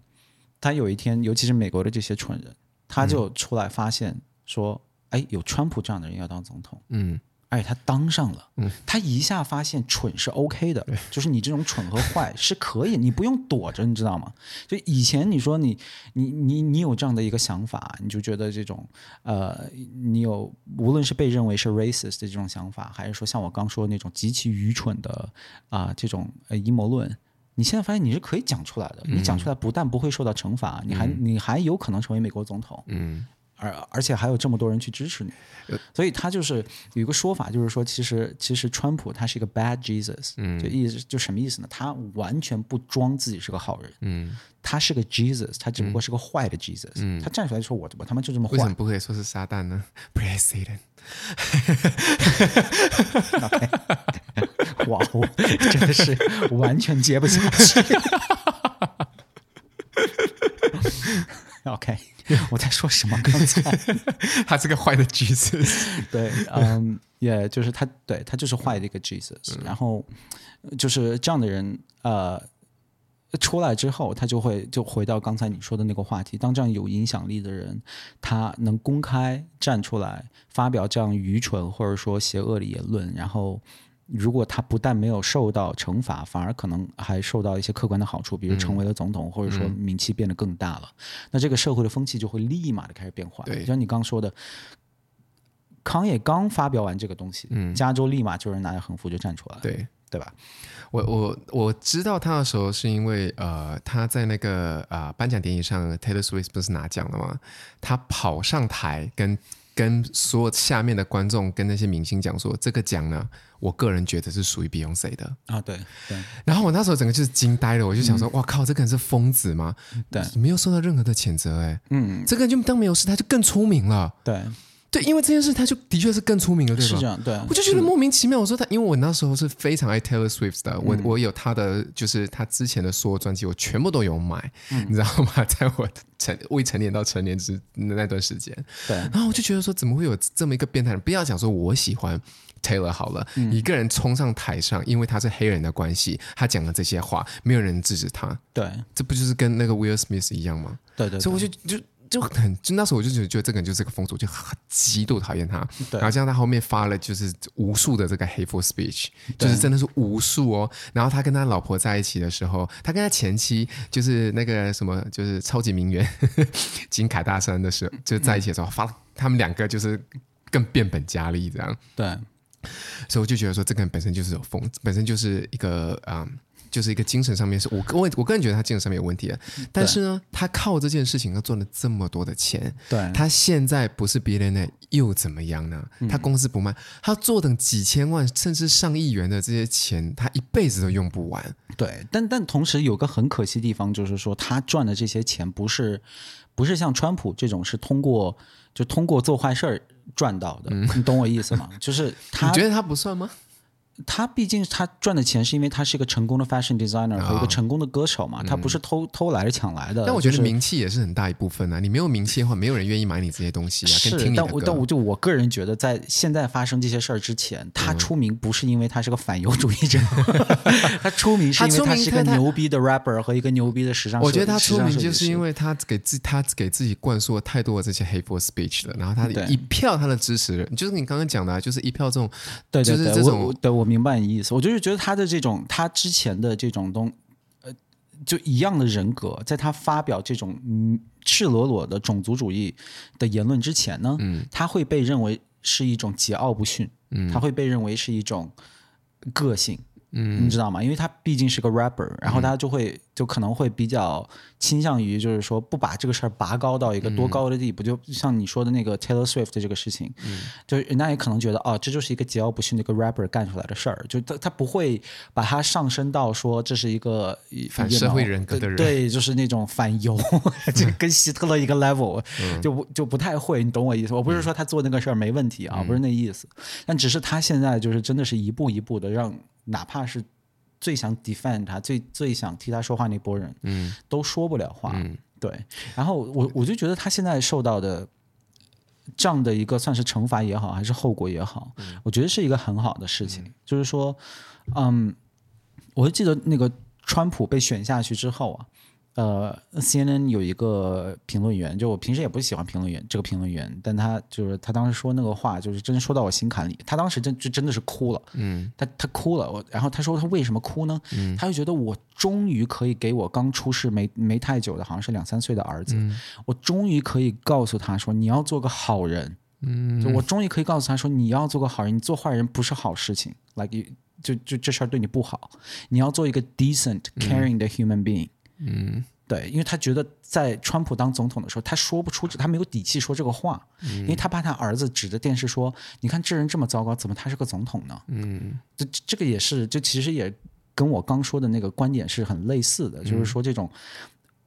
S2: 他有一天，尤其是美国的这些蠢人，他
S1: 嗯
S2: 就出来发现说，哎，有川普这样的人要当总统。
S1: 嗯
S2: 而且哎他当上了，他一下发现蠢是 OK 的，就是你这种蠢和坏 *laughs* 是可以，你不用躲着，你知道吗？就以前你说你你你你有这样的一个想法，你就觉得这种呃，你有无论是被认为是 racist 的这种想法，还是说像我刚说的那种极其愚蠢的啊、这种呃阴谋论。你现在发现你是可以讲出来的，你讲出来不但不会受到惩罚，你还你还有可能成为美国总统。
S1: 嗯，
S2: 而而且还有这么多人去支持你，
S1: 呃
S2: 所以他就是有一个说法，就是说其实其实川普他是一个 bad Jesus，就
S1: 嗯
S2: 意思就什么意思呢？他完全不装自己是个好人，
S1: 嗯，
S2: 他是个 Jesus，他只不过是个坏的 Jesus，、他站出来说我我他妈就这么坏
S1: 为什，么不可以说是撒旦呢？President，
S2: 哇哦，真
S1: *laughs*
S2: 的是完全接不下去。OK，我在说什么？刚才
S1: 他是个坏的 Jesus。
S2: *laughs* 对，嗯，也就是他，对他就是坏的一个 Jesus，、然后呃就是这样的人，呃，出来之后，他就会就回到刚才你说的那个话题，当这样有影响力的人，他能公开站出来发表这样愚蠢或者说邪恶的言论，然后。如果他不但没有受到惩罚，反而可能还受到一些客观的好处，比如
S1: 嗯
S2: 成为了总统，或者说名气变得更大了，那这个社会的风气就会立马的开始变化。
S1: 对
S2: 就像你刚说的，康也刚发表完这个东西，加州立马就有人拿着横幅就站出来
S1: *laughs* 嗯
S2: 了，
S1: 对
S2: 对吧？
S1: 我我我知道他的时候是因为呃他在那个啊、呃、颁奖典礼上，Taylor Swift 不是拿奖了吗？他跑上台跟。跟所有下面的观众跟那些明星讲说，这个奖呢，我个人觉得是属于 Beyonce 的。
S2: 啊，对对
S1: 然后我那时候整个就是惊呆了，我就想说，哇靠，这个人是疯子吗？
S2: 对，
S1: 没有受到任何的谴责、哎，嗯，这个人就当没有事，他就更出名了。
S2: 对，
S1: 对，因为这件事，他就的确是更出名了，对吧？
S2: 是这样，对，
S1: 我就觉得莫名其妙。我说他，因为我那时候是非常爱 Taylor Swift 的，
S2: 嗯
S1: 我、我有他的，就是他之前的所有专辑，我全部都有买，
S2: 嗯
S1: 你知道吗？在我成未成年到成年之那段时间，
S2: 对
S1: 然后我就觉得说，怎么会有这么一个变态人？不要讲说我喜欢 Taylor 好了，
S2: 嗯
S1: 一个人冲上台上，因为他是黑人的关系，他讲了这些话，没有人制止他，
S2: 对
S1: 这不就是跟那个 Will Smith 一样吗？
S2: 对对
S1: 所以
S2: 对，
S1: 我就就就很，就那时候我就觉得，觉得这个人就是个疯子，我就很极度讨厌他。
S2: 对
S1: 然后加上他后面发了就是无数的这个 hateful speech，就是真的是无数哦。然后他跟他老婆在一起的时候，他跟他前妻就是那个什么，就是超级名媛 *laughs* 金凯大山的时候，就在一起的时候发了，他们两个就是更变本加厉这样。
S2: 对
S1: 所以我就觉得说，这个人本身就是有疯，本身就是一个啊、嗯就是一个精神上面是我我我个人觉得他精神上面有问题的。
S2: 嗯
S1: 但是呢，他靠这件事情他赚了这么多的钱，
S2: 对
S1: 他现在不是 billionaire 又怎么样呢？他
S2: 嗯
S1: 公司不卖，他坐等几千万甚至上亿元的这些钱，他一辈子都用不完。
S2: 对，但但同时有个很可惜的地方，就是说他赚的这些钱不是不是像川普这种是通过就通过做坏事儿赚到的，你懂我意思
S1: *laughs*
S2: 吗？就是
S1: 嗯你
S2: 他呃
S1: 觉得他不算吗？
S2: 他毕竟他赚的钱是因为他是一个成功的 fashion designer 和一个成功的歌手嘛，他不是偷偷来抢来的。
S1: 啊嗯但我觉得
S2: 就是
S1: 名气也是很大一部分啊。你没有名气的话，没有人愿意买你这些东西啊，跟
S2: 是，
S1: 听你的
S2: 但我但
S1: 歌。
S2: 我就我个人觉得，在现在发生这些事儿之前，他
S1: 嗯
S2: 出名不是因为他是个反犹主义者， *laughs* 他出名是因为
S1: 他出名
S2: 是一
S1: 他
S2: 个
S1: 他
S2: 牛逼的 rapper 和一个牛逼的时尚设计。
S1: 我觉得他出名就是因
S2: 为
S1: 为他给自他给自己灌输了太多的这些 hateful speech 了，然后他
S2: 对
S1: 一票他的支持人，就是你刚刚讲的、啊，就是一票这种
S2: 对对
S1: 就
S2: 对，
S1: 是这
S2: 我
S1: 种
S2: 我对我明白你意思，我就是觉得他的这种他之前的这种东，呃，就一样的人格，在他发表这种嗯赤裸裸的种族主义的言论之前呢，嗯，他会被认为是一种桀骜不驯，嗯，他会被认为是一种个性。嗯，你知道吗？因为他毕竟是个 rapper，
S1: 嗯
S2: 然后他就会、就可能会比较倾向于就是说不把这个事儿拔高到一个多
S1: 嗯
S2: 高的地步，就像你说的那个 Taylor Swift 的这个事情，
S1: 嗯
S2: 就是人家也可能觉得哦，这就是一个桀骜不驯的一个 rapper 干出来的事儿，就他他不会把它上升到说这是一个
S1: 反社会人格的人
S2: 对，对就是那种反
S1: *laughs*
S2: 犹，就跟希特勒一个 level，、就
S1: 嗯
S2: 不就不太会，你懂我意思？我不是说他做那个事儿没问题啊，
S1: 嗯
S2: 不是那意思，但只是他现在就是真的是一步一步的让，哪怕是最想 defend 他、最最想替他说话那波人，嗯，都说不了话，对。然后我我就觉得他现在受到的这样的一个算是惩罚也好，还是后果也好，我觉得是一个很好的事情。就是说，嗯，我就记得那个川普被选下去之后啊，呃，CNN 有一个评论员，就我平时也不喜欢评论员这个评论员，但他就是他当时说那个话，就是真说到我心坎里。他当时真就真的是哭了，嗯，他他哭了，我然后他说他为什么哭呢？他就觉得我终于可以给我刚出世没没太久的，好像是两三岁的儿子，我终于可以告诉他说你要做个好人，嗯，就我终于可以告诉他说你要做个好人，你做坏人不是好事情，like you- 就就这事儿对你不好，你要做一个 decent caring 的 human being。对，因为他觉得在川普当总统的时候，他说不出这，他没有底气说这个话，因为他怕他儿子指着电视说：“你看这人这么糟糕，怎么他是个总统呢？”嗯，这这个也是，就其实也跟我刚说的那个观点是很类似的，就是说这种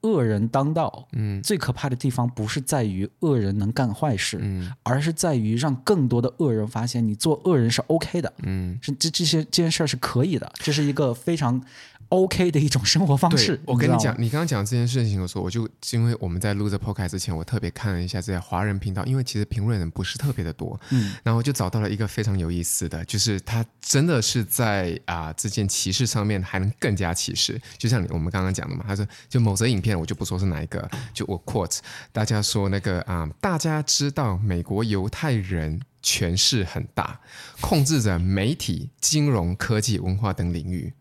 S2: 恶人当道，嗯，最可怕的地方不是在于恶人能干坏事，嗯，而是在于让更多的恶人发现你做恶人是 OK 的，嗯，是这这些这件事儿是可以的，这是一个非常 OK 的一种生活方式
S1: 对，。我跟
S2: 你
S1: 你
S2: 知道
S1: 讲
S2: 吗，，
S1: 你刚刚讲这件事情的时候，我就因为我们在录这 podcast 之前，我特别看了一下这些华人频道，因为其实评论人不是特别的多，嗯，然后就找到了一个非常有意思的，就是他真的是在啊、这件歧视上面还能更加歧视，就像你我们刚刚讲的嘛，他说就某则影片，我就不说是哪一个，就我 quote 大家说那个啊、大家知道美国犹太人。权势很大，控制着媒体、金融、科技、文化等领域。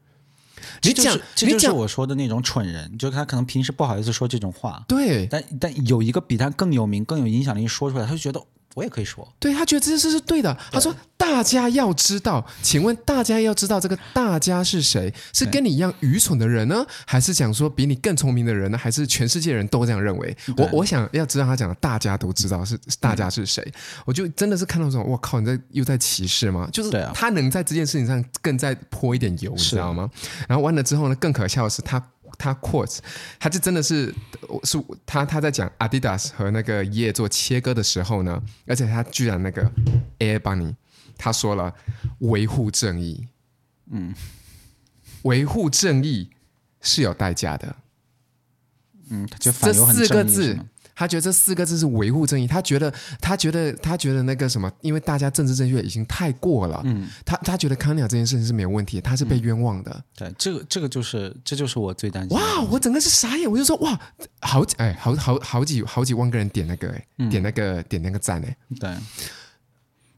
S1: 你
S2: 这就
S1: 讲
S2: 是，这
S1: 你
S2: 就是
S1: 讲
S2: 我说的那种蠢人，就是他可能平时不好意思说这种话，
S1: 对，
S2: 但但有一个比他更有名、更有影响力说出来，他就觉得我也可以说。
S1: 对他觉得这件事是对的。他说大家要知道，请问大家要知道这个大家是谁？是跟你一样愚蠢的人呢，还是讲说比你更聪明的人呢？还是全世界人都这样认为？我我想要知道他讲的大家都知道是是大家是谁，我就真的是看到这种，我靠，你在又在歧视吗？就是
S2: 嗯对啊
S1: 他能在这件事情上更再泼一点油，你知道吗？然后完了之后呢，更可笑的是他。他 quotes，他就真的是是他他在讲 Adidas 和那个耶做切割的时候呢，而且他居然那个 Air Bunny 他说了维护正义，嗯，维护正义是有代价的，
S2: 嗯，他
S1: 这
S2: 就反流很
S1: 四个
S2: 正义是
S1: 字
S2: 吗，
S1: 他觉得这四个字是维护正义。他觉得，他觉得，他觉得那个什么，因为大家政治正确已经太过了，嗯，他他觉得康鸟这件事情是没有问题，他是被
S2: 嗯
S1: 冤枉的。
S2: 对，这个这个就是这就是我最担心的。
S1: 哇，我整个是傻眼，我就说哇，好几哎，好好好几好几万个人点那个哎、
S2: 嗯
S1: 点那个点那个赞哎、
S2: 对，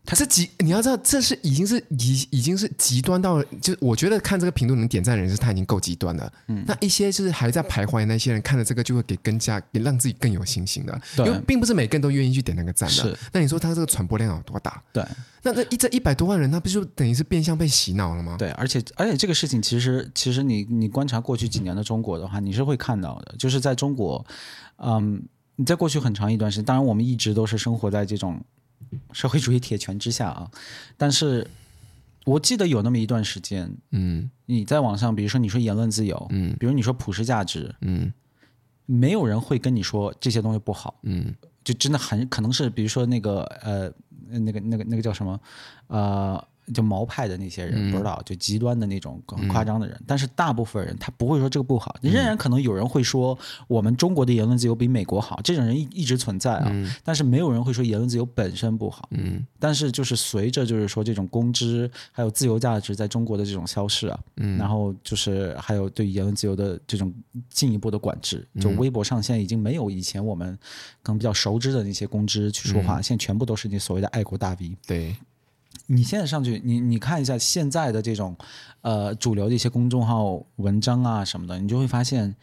S1: 他这极，你要知道，这是已经是已已经是极端到，就我觉得看这个评论能点赞的人是他已经够极端了。
S2: 嗯
S1: 那一些就是还在徘徊的那些人看了这个就会给更加也让自己更有信心的，因
S2: 对
S1: 为并不是每个人都愿意去点那个赞的
S2: 是。
S1: 那你说他这个传播量有多大？
S2: 对
S1: 那那一这一百多万人，他不就等于是变相被洗脑了吗？
S2: 对，而且而且这个事情其实其实你你观察过去几年的中国的话，你是会看到的，就是在中国，嗯，你在过去很长一段时间，当然我们一直都是生活在这种社会主义铁拳之下啊，但是我记得有那么一段时间，
S1: 嗯
S2: 你在网上，比如说你说言论自由，
S1: 嗯
S2: 比如你说普世价值，
S1: 嗯
S2: 没有人会跟你说这些东西不好，
S1: 嗯
S2: 就真的很可能是，比如说那个呃，那个那个那个叫什么，呃，就毛派的那些
S1: 嗯
S2: 人、不知道，就极端的那种很夸张的人，但是大部分人他不会说这个不
S1: 嗯
S2: 好，仍然可能有人会说我们中国的言论自由比美国好，这种人一一直存在啊，但是没有人会说言论自由本身不好，
S1: 嗯
S2: 但是就是随着就是说这种公知还有自由价值在中国的这种消逝啊，嗯，然后就是还有对言论自由的这种进一步的管制，就
S1: 嗯
S2: 微博上现在已经没有以前我们可能比较熟知的那些公知去说
S1: 嗯
S2: 话，现在全部都是你所谓的爱国大 V。
S1: 对，
S2: 你现在上去，你你看一下现在的这种呃主流的一些公众号文章啊什么的，你就会发现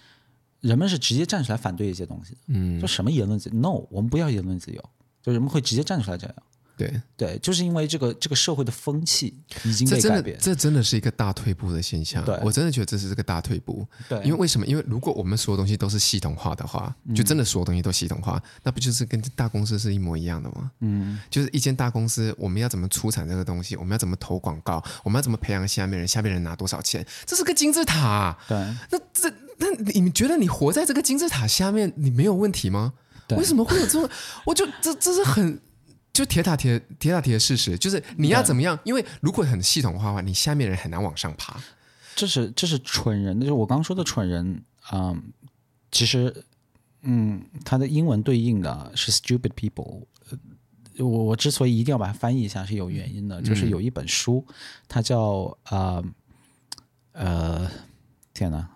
S2: 人们是直接站出来反对一些东西的，
S1: 嗯
S2: 就什么言论自由，no，我们不要言论自由，就人们会直接站出来这样。
S1: 对，
S2: 对，就是因为这个这个社会的风气已经
S1: 这
S2: 被
S1: 真
S2: 改
S1: 的
S2: 变。
S1: 这真的是一个大退步的现象
S2: 对。
S1: 我真的觉得这是个大退步。
S2: 对，嗯
S1: 因为为什么？因为如果我们所有东西都是系统化的话，就真的所有东西都系统化，那不就是跟大公司是一模一样的吗？嗯，就是一间大公司，我们要怎么出产这个东西，我们要怎么投广告，我们要怎么培养下面人，下面人拿多少钱，这是个金字塔啊、
S2: 对
S1: 那这那你们觉得你活在这个金字塔下面，你没有问题吗？
S2: 对
S1: 为什么会有这种？我就这这是很就铁打铁铁打铁的事实，就是你要怎么样？因为如果很系统化的话，你下面人很难往上爬。
S2: 这是这是蠢人，就是我刚说的蠢人啊、嗯其实，嗯，它的英文对应的是 stupid people。呃我我之所以一定要把它翻译一下是有原因的，就是有一本书，它叫啊呃天哪，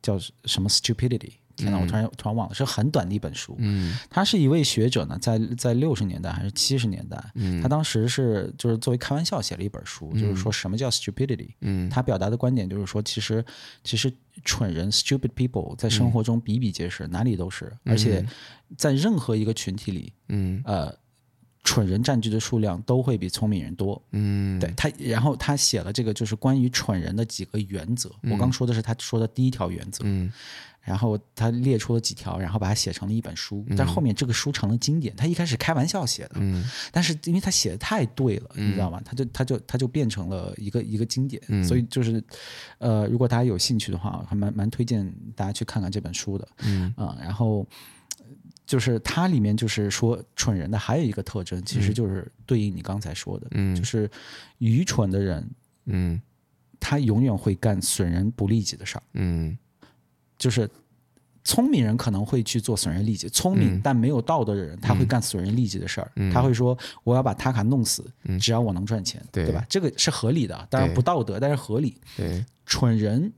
S2: 叫什么 stupidity。天哪，我突然突然忘了，是很短的一本书。嗯，他是一位学者呢，在在六十年代还是七十年代，他当时是就是作为开玩笑写了一本书，就是说什么叫 stupidity。嗯，他表达的观点就是说，其实其实蠢人 stupid people 在生活中比比皆是，哪里都是，而且在任何一个群体里，
S1: 嗯
S2: 呃，蠢人占据的数量都会比聪明人多。
S1: 嗯
S2: 对他，然后他写了这个就是关于蠢人的几个原则。我刚说的是他说的第一条原则，
S1: 嗯
S2: 然后他列出了几条，然后把它写成了一本书。但后面这个书成了经典。他一开始开玩笑写的，
S1: 嗯
S2: 但是因为他写的太对了，你知道吗？他就他就他就变成了一个一个经典。
S1: 嗯
S2: 所以就是，呃，如果大家有兴趣的话，还蛮蛮推荐大家去看看这本书的。嗯啊、然后。就是它里面就是说，蠢人的还有一个特征，其实就是对应你刚才说的，
S1: 嗯
S2: 就是愚蠢的人，
S1: 嗯
S2: 他永远会干损人不利己的事儿。
S1: 嗯
S2: 就是聪明人可能会去做损人利己，聪
S1: 嗯
S2: 明但没有道德的人，他会干损人利己的事儿。他会说：“我要把塔卡弄死，只要我能赚钱，
S1: 嗯对
S2: 吧？”这个是合理的，当然
S1: 对
S2: 不道德，但是合理。
S1: 对。
S2: 蠢人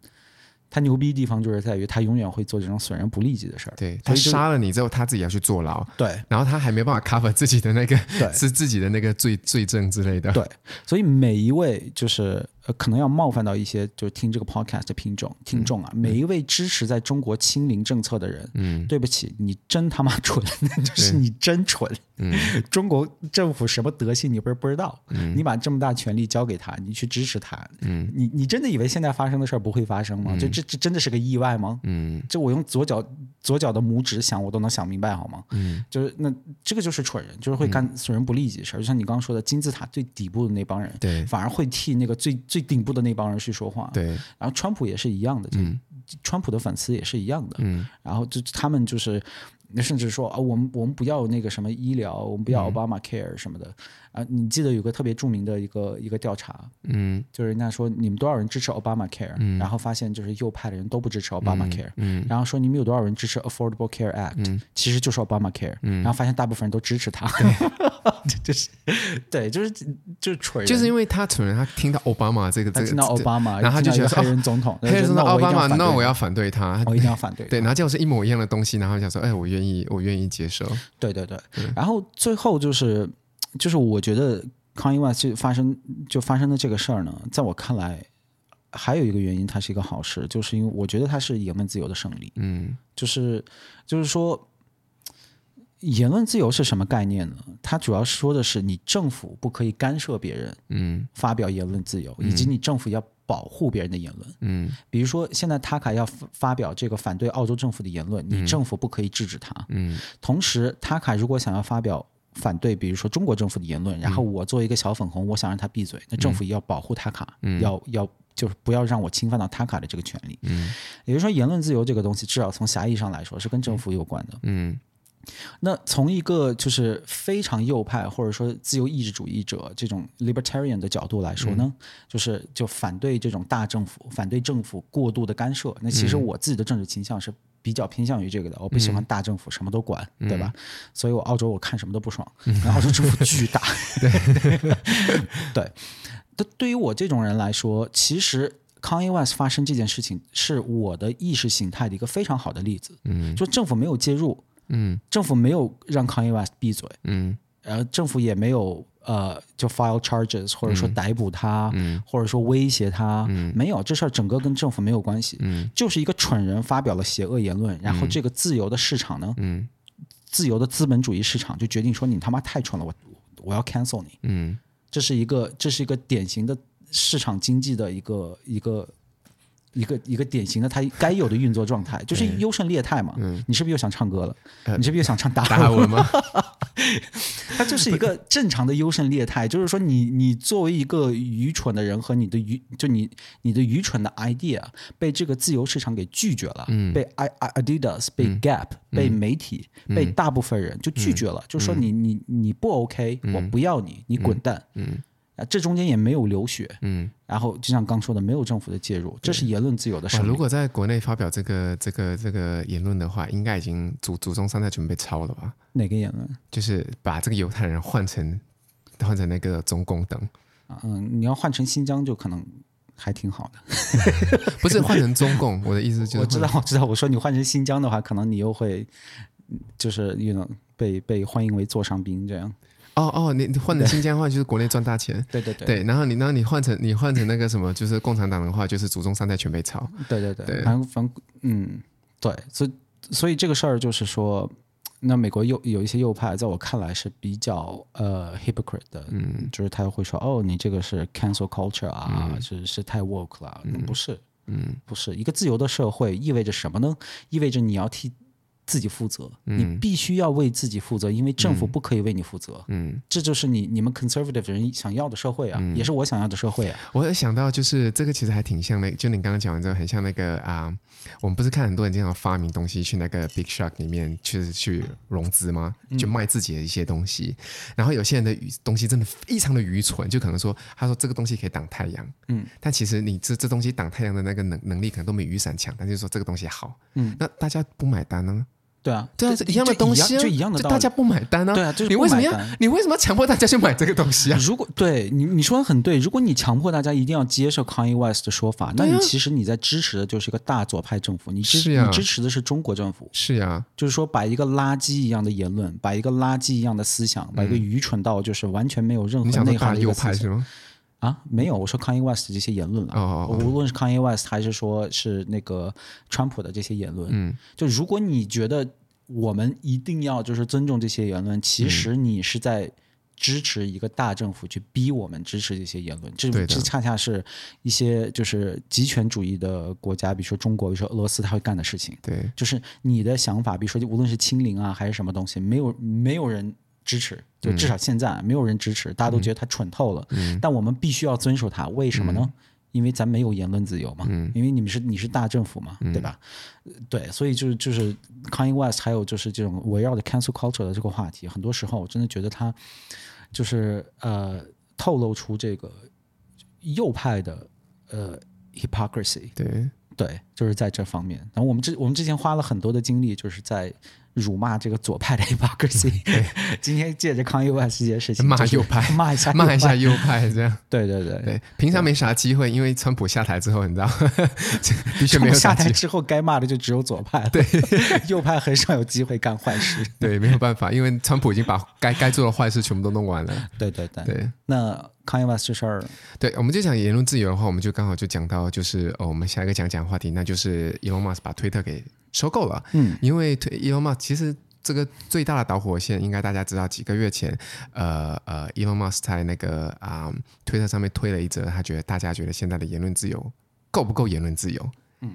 S2: 他牛逼的地方就是在于他永远会做这种损人不利己的事儿。
S1: 对他
S2: 所以就
S1: 杀了你之后，他自己要去坐牢，
S2: 对
S1: 然后他还没办法 cover *laughs* 自己的那个
S2: 对
S1: 是自己的那个罪罪证之类的。
S2: 对，所以每一位就是呃，可能要冒犯到一些就是听这个 podcast 的听众听众啊，每一位支持在中国清零政策的人，
S1: 嗯
S2: 对不起，你真他妈蠢，就是你真蠢。
S1: 嗯
S2: 中国政府什么德性你不是不知道，你把这么大权力交给他，你去支持他，
S1: 嗯
S2: 你你真的以为现在发生的事儿不会发生吗？这这这真的是个意外吗？
S1: 嗯
S2: 这我用左脚左脚的拇指想，我都能想明白，好吗？
S1: 嗯，
S2: 就是那这个就是蠢人，就是会干损人不利己的事儿。就像你刚刚说的，金字塔最底部的那帮人，
S1: 对
S2: 反而会替那个最最顶部的那帮人去说话。，
S1: 对
S2: 然后川普也是一样的，就川普的粉丝也是一样的。
S1: 嗯
S2: 然后就他们就是，甚至说啊，我们我们不要那个什么医疗，我们不
S1: 嗯
S2: 要 Obama Care 什么的啊。你记得有个特别著名的一个一个调查，
S1: 嗯
S2: 就是人家说你们多少人支持 Obama Care，、然后发现就是右派的人都不支持 Obama Care，、
S1: 嗯
S2: 然后说你们有多少人支持 Affordable Care Act，、其实就是 Obama Care，、然后
S1: 嗯
S2: 发现大部分人都支持他， *laughs* 就是对，就是就是蠢人，
S1: 就是因为他蠢人，他听到奥巴马这个
S2: 他
S1: 这个，
S2: 听到
S1: 这
S2: Obama，
S1: 然后他就
S2: 听
S1: 觉得
S2: 到一个
S1: 说
S2: 啊黑人
S1: 哦
S2: 总统，
S1: 黑人总统
S2: 那
S1: 奥
S2: 我一
S1: 巴马
S2: 定要反对
S1: ，no，我要反对他，
S2: 我一定要反对，
S1: 对，然后结果是一模一样的东西，然后想说，哎，我愿意，我愿意接受，
S2: 对对对，然后最后就是就是我觉得康伊万就发生就发生的这个事儿呢，在我看来。还有一个原因，它是一个好事，就是因为我觉得它是言论自由的胜利。
S1: 嗯
S2: 就是就是说，言论自由是什么概念呢？它主要说的是你政府不可以干涉别人
S1: 嗯
S2: 发表言论自由，以及你政府要保护别人的言论。
S1: 嗯
S2: 比如说，现在塔卡要发发表这个反对澳洲政府的言论，你政府不可以制止他。
S1: 嗯
S2: 同时，塔卡如果想要发表。反对，比如说中国政府的言论，然后
S1: 嗯
S2: 我作为一个小粉红，我想让他闭嘴，那政府也要保护塔卡，要要就是不要让我侵犯到塔卡的这个权利。
S1: 嗯
S2: 也就是说，言论自由这个东西，至少从狭义上来说是跟政府有关的。
S1: 嗯
S2: 那从一个就是非常右派或者说自由意志主义者这种 libertarian 的角度来说呢，
S1: 嗯
S2: 就是就反对这种大政府，反对政府过度的干涉。那其实
S1: 嗯
S2: 我自己的政治倾向是比较偏向于这个的，我不喜欢大政府什么都管，对
S1: 嗯
S2: 吧？所以我澳洲我看什么都不爽，然后澳洲政府巨
S1: *laughs*
S2: 大， *laughs* 对。但对于我这种人来说，其实 Kanye West 发生这件事情是我的意识形态的一个非常好的例子。
S1: 嗯
S2: 就政府没有介入，
S1: 嗯
S2: 政府没有让 Kanye West 闭嘴，
S1: 嗯
S2: 然后呃政府也没有呃就 file charges 或者说
S1: 嗯
S2: 逮捕他，或者说威胁他，没有这事儿整个跟政府没有关系，
S1: 嗯
S2: 就是一个蠢人发表了邪恶言论，然后这个自由的市场呢，
S1: 嗯
S2: 自由的资本主义市场就决定说你他妈太蠢了，我我要 cancel 你，
S1: 嗯
S2: 这是一个这是一个典型的市场经济的一个一个。一个一个典型的它该有的运作状态，就是优胜劣汰嘛。
S1: 嗯
S2: 你是不是又想唱歌了？
S1: 呃
S2: 你是不是又想
S1: *laughs*
S2: 唱达
S1: 达尔文吗？
S2: 它就是一个正常的优胜劣汰，就是说你你作为一个愚蠢的人和你的愚就你你的愚蠢的 idea 被这个自由市场给拒绝了，
S1: 嗯
S2: 被 i i Adidas 被 Gap、被媒体、
S1: 嗯
S2: 被大部分人就拒绝了，就说你你你不 OK，、我不要你，你滚蛋。
S1: 嗯
S2: 啊，这中间也没有流血，
S1: 嗯，
S2: 然后就像刚说的，没有政府的介入，这是言论自由的
S1: 哇，
S2: 胜
S1: 如
S2: 利。
S1: 果在国内发表这个这个这个言论的话，应该已经祖祖宗三代准备抄了吧？
S2: 哪个言论？
S1: 就是把这个犹太人换成换成那个中共 *laughs* 等，
S2: 啊嗯，你要换成新疆就可能还挺好的。
S1: 不是换成中共。我的意思就是
S2: 我知道
S1: 换，
S2: 我知道。我说你换成新疆的话，可能你又会，嗯就是又能被被欢迎为座上宾这样。
S1: 哦哦，你你换成新疆话就是国内赚大钱。
S2: 对对对
S1: 对，然后你，然后你换成你换成那个什么，就是共产党的话，就是祖宗三代全被抄。
S2: 对对对，反正反正嗯，对，所以所以这个事儿就是说，那美国右有一些右派，在我看来是比较呃 hypocrite 的，嗯，就是他会说哦，你这个是 cancel culture 啊，
S1: 嗯
S2: 是是太 woke 了，不是，嗯，不是一个自由的社会意味着什么呢？意味着你要替。自己负责，
S1: 嗯
S2: 你必须要为自己负责，因为政府不可以为你负责。
S1: 嗯，
S2: 这就是你你们 conservative 人想要的社会啊，也是我想要的社会啊。
S1: 我有想到，就是这个其实还挺像那，就你刚刚讲完之后，很像那个啊、我们不是看很多人经常发明东西去那个 Big Shark 里面去去融资吗？
S2: 嗯
S1: 去卖自己的一些东西，然后有些人的愚东西真的非常的愚蠢，就可能说他说这个东西可以挡太阳，嗯，但其实你这这东西挡太阳的那个能能力可能都没雨伞强，但就是说这个东西好，嗯，那大家不买单呢？
S2: 对啊，
S1: 对啊，
S2: 这
S1: 是一样的东西、啊，
S2: 就一样的
S1: 就
S2: 道理。
S1: 大家不买单啊，
S2: 对啊就是
S1: 你
S2: 不
S1: 为什么
S2: 买
S1: 要
S2: 单
S1: 你为什么要强迫大家去买这个东西啊？
S2: 如果对你你说的很对，如果你强迫大家一定要接受 Kanye West 的说法，那你其实你在支持的就是一个大左派政府，你支、
S1: 啊是呀
S2: 你支持的是中国政府，
S1: 是呀、
S2: *laughs* 就是啊说把一个垃圾一样的言论，把一个垃圾一样的思想，把一个愚蠢到就是完全没有任
S1: 嗯你
S2: 何
S1: 想说
S2: 内涵
S1: 大
S2: 的一个
S1: 右
S2: 思
S1: 派
S2: 想
S1: 是吗？
S2: 啊，没有，我说 Kanye West 这些言论了，
S1: 哦哦哦
S2: 无论是 Kanye West 还是说是那个川普的这些言论，嗯，就如果你觉得我们一定要就是尊重这些言论，
S1: 嗯
S2: 其实你是在支持一个大政府去逼我们支持这些言论，这
S1: 对的
S2: 这恰恰是一些就是极权主义的国家，比如说中国，比如说俄罗斯，他会干的事情。
S1: 对
S2: 就是你的想法，比如说无论是清零啊还是什么东西，没有没有人支持，就至少现在、啊没有人支持，大家都觉得他蠢透了。但我们必须要遵守他，为什么呢？因为咱没有言论自由嘛，因为你们是你是大政府嘛，对吧？呃对，所以就是就是 Kanye West，还有就是这种围绕着 cancel culture 的这个话题，很多时候我真的觉得他就是呃透露出这个右派的呃 hypocrisy，
S1: 对，
S2: 对，就是在这方面。然后我们之我们之前花了很多的精力，就是在辱骂这个左派的
S1: *laughs*
S2: hypocrisy。今 *laughs* 天借着康 a n 这件事情
S1: 骂
S2: 就是
S1: 右派
S2: 骂一下，
S1: 骂一下。右派这样。
S2: 对对 *laughs* 对，
S1: 对，平常没啥机会，因为川普下台之后，你知
S2: *laughs*
S1: 道， *laughs* 的确没有啥
S2: 下
S1: 机
S2: 台
S1: 会。
S2: 之后该骂的就只有左派了，对， *laughs* 右派很少有机会干坏
S1: *laughs*
S2: 事。
S1: 对，没有办法，因为川普已经把该该做的坏事全部都弄完了。
S2: 对对对。
S1: 对
S2: 那康 a n 这事儿，
S1: 对，我们就讲言论自由的话，我们就刚好就讲到，就是呃、我们下一个讲讲的话题，那就是 Elon Musk 把推特给收购了。
S2: 嗯，
S1: 因为推 Elon Musk 其实这个最大的导火线，应该大家知道，几个月前，呃呃，Elon Musk 在那个啊、推特上面推了一则，他觉得大家觉得现在的言论自由够不够言论自由？嗯，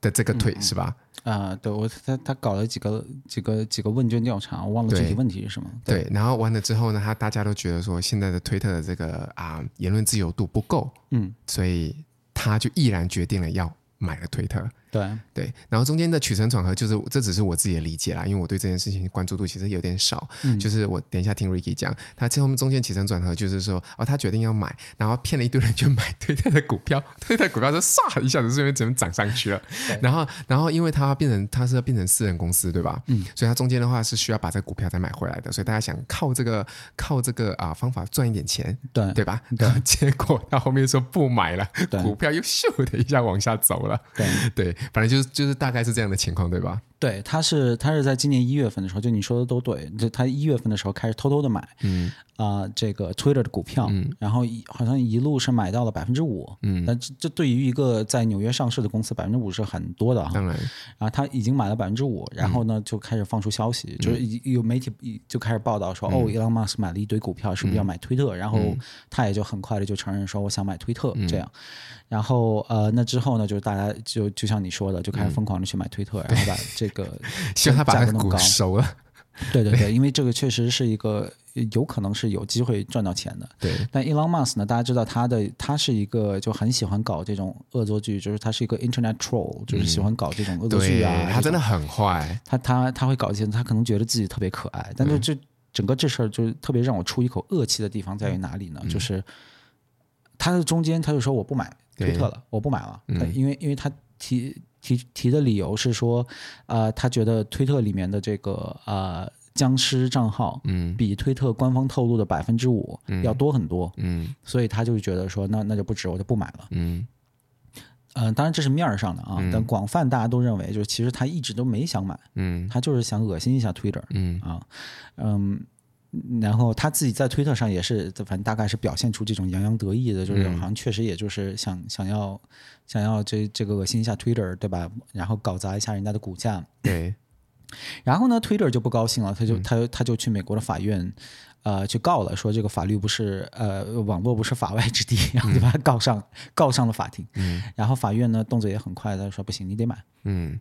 S1: 的这个推、是吧？
S2: 啊，对我他他搞了几个几个几个问卷调查，我忘了具体
S1: 对
S2: 问题是什么。
S1: 对，然后完了之后呢，他大家都觉得说现在的推特的这个啊、言论自由度不够，
S2: 嗯，
S1: 所以他就毅然决定了要买了推特。
S2: 对，
S1: 对，然后中间的起承转合，就是这只是我自己的理解啦，因为我对这件事情关注度其实有点少。就是我等一下听 Ricky 讲，他最后中间起承转合就是说，哦，他决定要买，然后骗了一堆人去买推特的股票，推特股票就唰一下子瞬间整个涨上 *laughs* 去了。然后，然后因为他变成他是要变成私人公司，对吧？嗯，所以他中间的话是需要把这个股票再买回来的，所以大家想靠这个靠这个啊、方法赚一点钱，
S2: 对
S1: 嗯对吧？然后 *laughs* 结果他后面说不买了，
S2: 对
S1: 股票又咻的一下往下走了。
S2: 对，
S1: *laughs* 对，反正就是就是大概是这样的情况，对吧？
S2: 对，他是他是在今年一月份的时候，就你说的都对，就他一月份的时候开始偷偷的买，嗯，啊、这个 Twitter 的股票，嗯，然后一好像一路是买到了百分之五，嗯，但这这对于一个在纽约上市的公司，百分之五是很多的哈，啊
S1: 当然，
S2: 然后他已经买了百分之五，然
S1: 嗯
S2: 后呢就开始放出消息，就是已有媒体已就开始报道说，
S1: 嗯
S2: 哦，Elon Musk 买了一堆股票，是不是要买推特？然后他也就很快的就承认说，我想买
S1: 嗯
S2: 推特这样。然后呃，那之后呢，就是大家就就像你说的，就开始疯狂的去买推特，然后把这个
S1: 嗯 *laughs* 希望他把
S2: 价
S1: 那
S2: 格
S1: 个
S2: 弄
S1: 股
S2: 高。
S1: 收了。
S2: 对对对，因为这个确实是一个呃有可能是有机会赚到钱的。
S1: 对，
S2: 但 Elon Musk 呢，大家知道他的他是一个就很喜欢搞这种恶作剧，就是他是一个 Internet troll，就是喜欢搞这种恶作剧
S1: 嗯对
S2: 啊。，
S1: 他
S2: 这
S1: 真的很坏。
S2: 他他他会搞一些，他可能觉得自己特别可爱，但是这整个这事儿就是特别让我出一口恶气的地方在于哪里呢？就是他的中间他就说我不买
S1: 对
S2: 推特了，我不买了，他因为因为他提提提的理由是说，呃，他觉得推特里面的这个呃僵尸账号，嗯，比推特官方透露的百分之五要多很多，
S1: 嗯
S2: 所以他就觉得说那那就不值，我就不买了。
S1: 嗯，
S2: 嗯、当然这是面儿上的啊，但广泛大家都认为就是其实他一直都没想买，
S1: 嗯
S2: 他就是想恶心一下 Twitter，
S1: 嗯
S2: 啊，嗯，然后他自己在推特上也是，反正大概是表现出这种洋洋得意的，就是
S1: 嗯
S2: 好像确实也就是想想要想要这这个恶心一下 Twitter，对吧？然后搞砸一下人家的股价，
S1: 对，
S2: 然后呢，Twitter 就不高兴了，他就他他就去美国的法院，呃，去告了，说这个法律不是呃网络不是法外之地，然后就把他告上告上了法庭，然后法院呢动作也很快，他说不行，你得买，
S1: 嗯，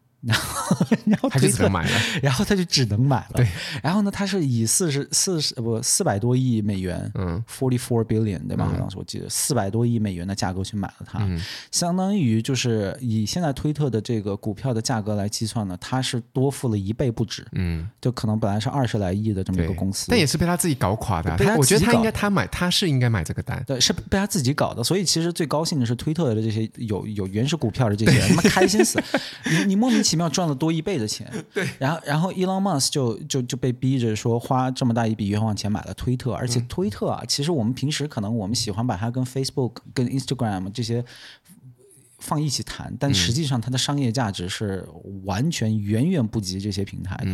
S2: 然后 *laughs*
S1: 他就
S2: 推
S1: 只
S2: 特
S1: 能买了。
S2: *laughs* 然后他就只能买了。
S1: 对，
S2: 然后呢，他是以四十四十不四百多亿美元，
S1: 嗯
S2: ，forty four billion 对吧？好像是我记得四百多亿美元的价格去买了它，
S1: 嗯
S2: 相当于就是以现在推特的这个股票的价格来计算呢，它是多付了一倍不止，
S1: 嗯，
S2: 就可能本来是二十来亿的这么一
S1: 对
S2: 个公司，
S1: 但也是被他自己搞垮的啊。
S2: 被他
S1: 他我觉得
S2: 自己
S1: 他应
S2: 搞啊
S1: 该他买，他是应该买这个单。
S2: 对，是被他自己搞的，所以其实最高兴的是推特的这些有有原始股票的这些人，他妈开心死！你你莫名其妙赚了多一倍的钱，对，然后然后 Elon Musk 就就就被逼着说花这么大一笔冤枉钱买了推特，而且推特啊，其实我们平时可能我们喜欢把它跟 Facebook、跟 Instagram 这些放一起谈，但实际上它的商业价值是完全远远不及这些平台的。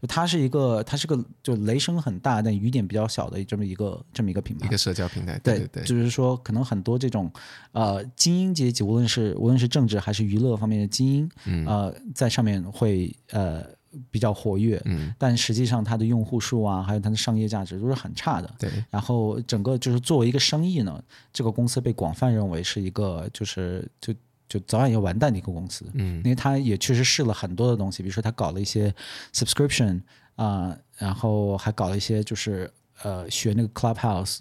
S2: 就它是一个，它是个就雷声很大，但雨点比较小的这么一个这么一个品牌
S1: 一。个社交平台，对
S2: 对
S1: 对对，
S2: 就是说，可能很多这种呃精英阶级，无论是无论是政治还是娱乐方面的精英，
S1: 嗯
S2: 呃，在上面会呃比较活跃，
S1: 嗯，
S2: 但实际上它的用户数啊，还有它的商业价值都是很差的。
S1: 对，
S2: 然后整个就是作为一个生意呢，这个公司被广泛认为是一个就是就就早晚要完蛋的一个公司，
S1: 嗯
S2: 因为它也确实试了很多的东西，比如说它搞了一些 subscription 啊、然后还搞了一些就是呃学那个 Clubhouse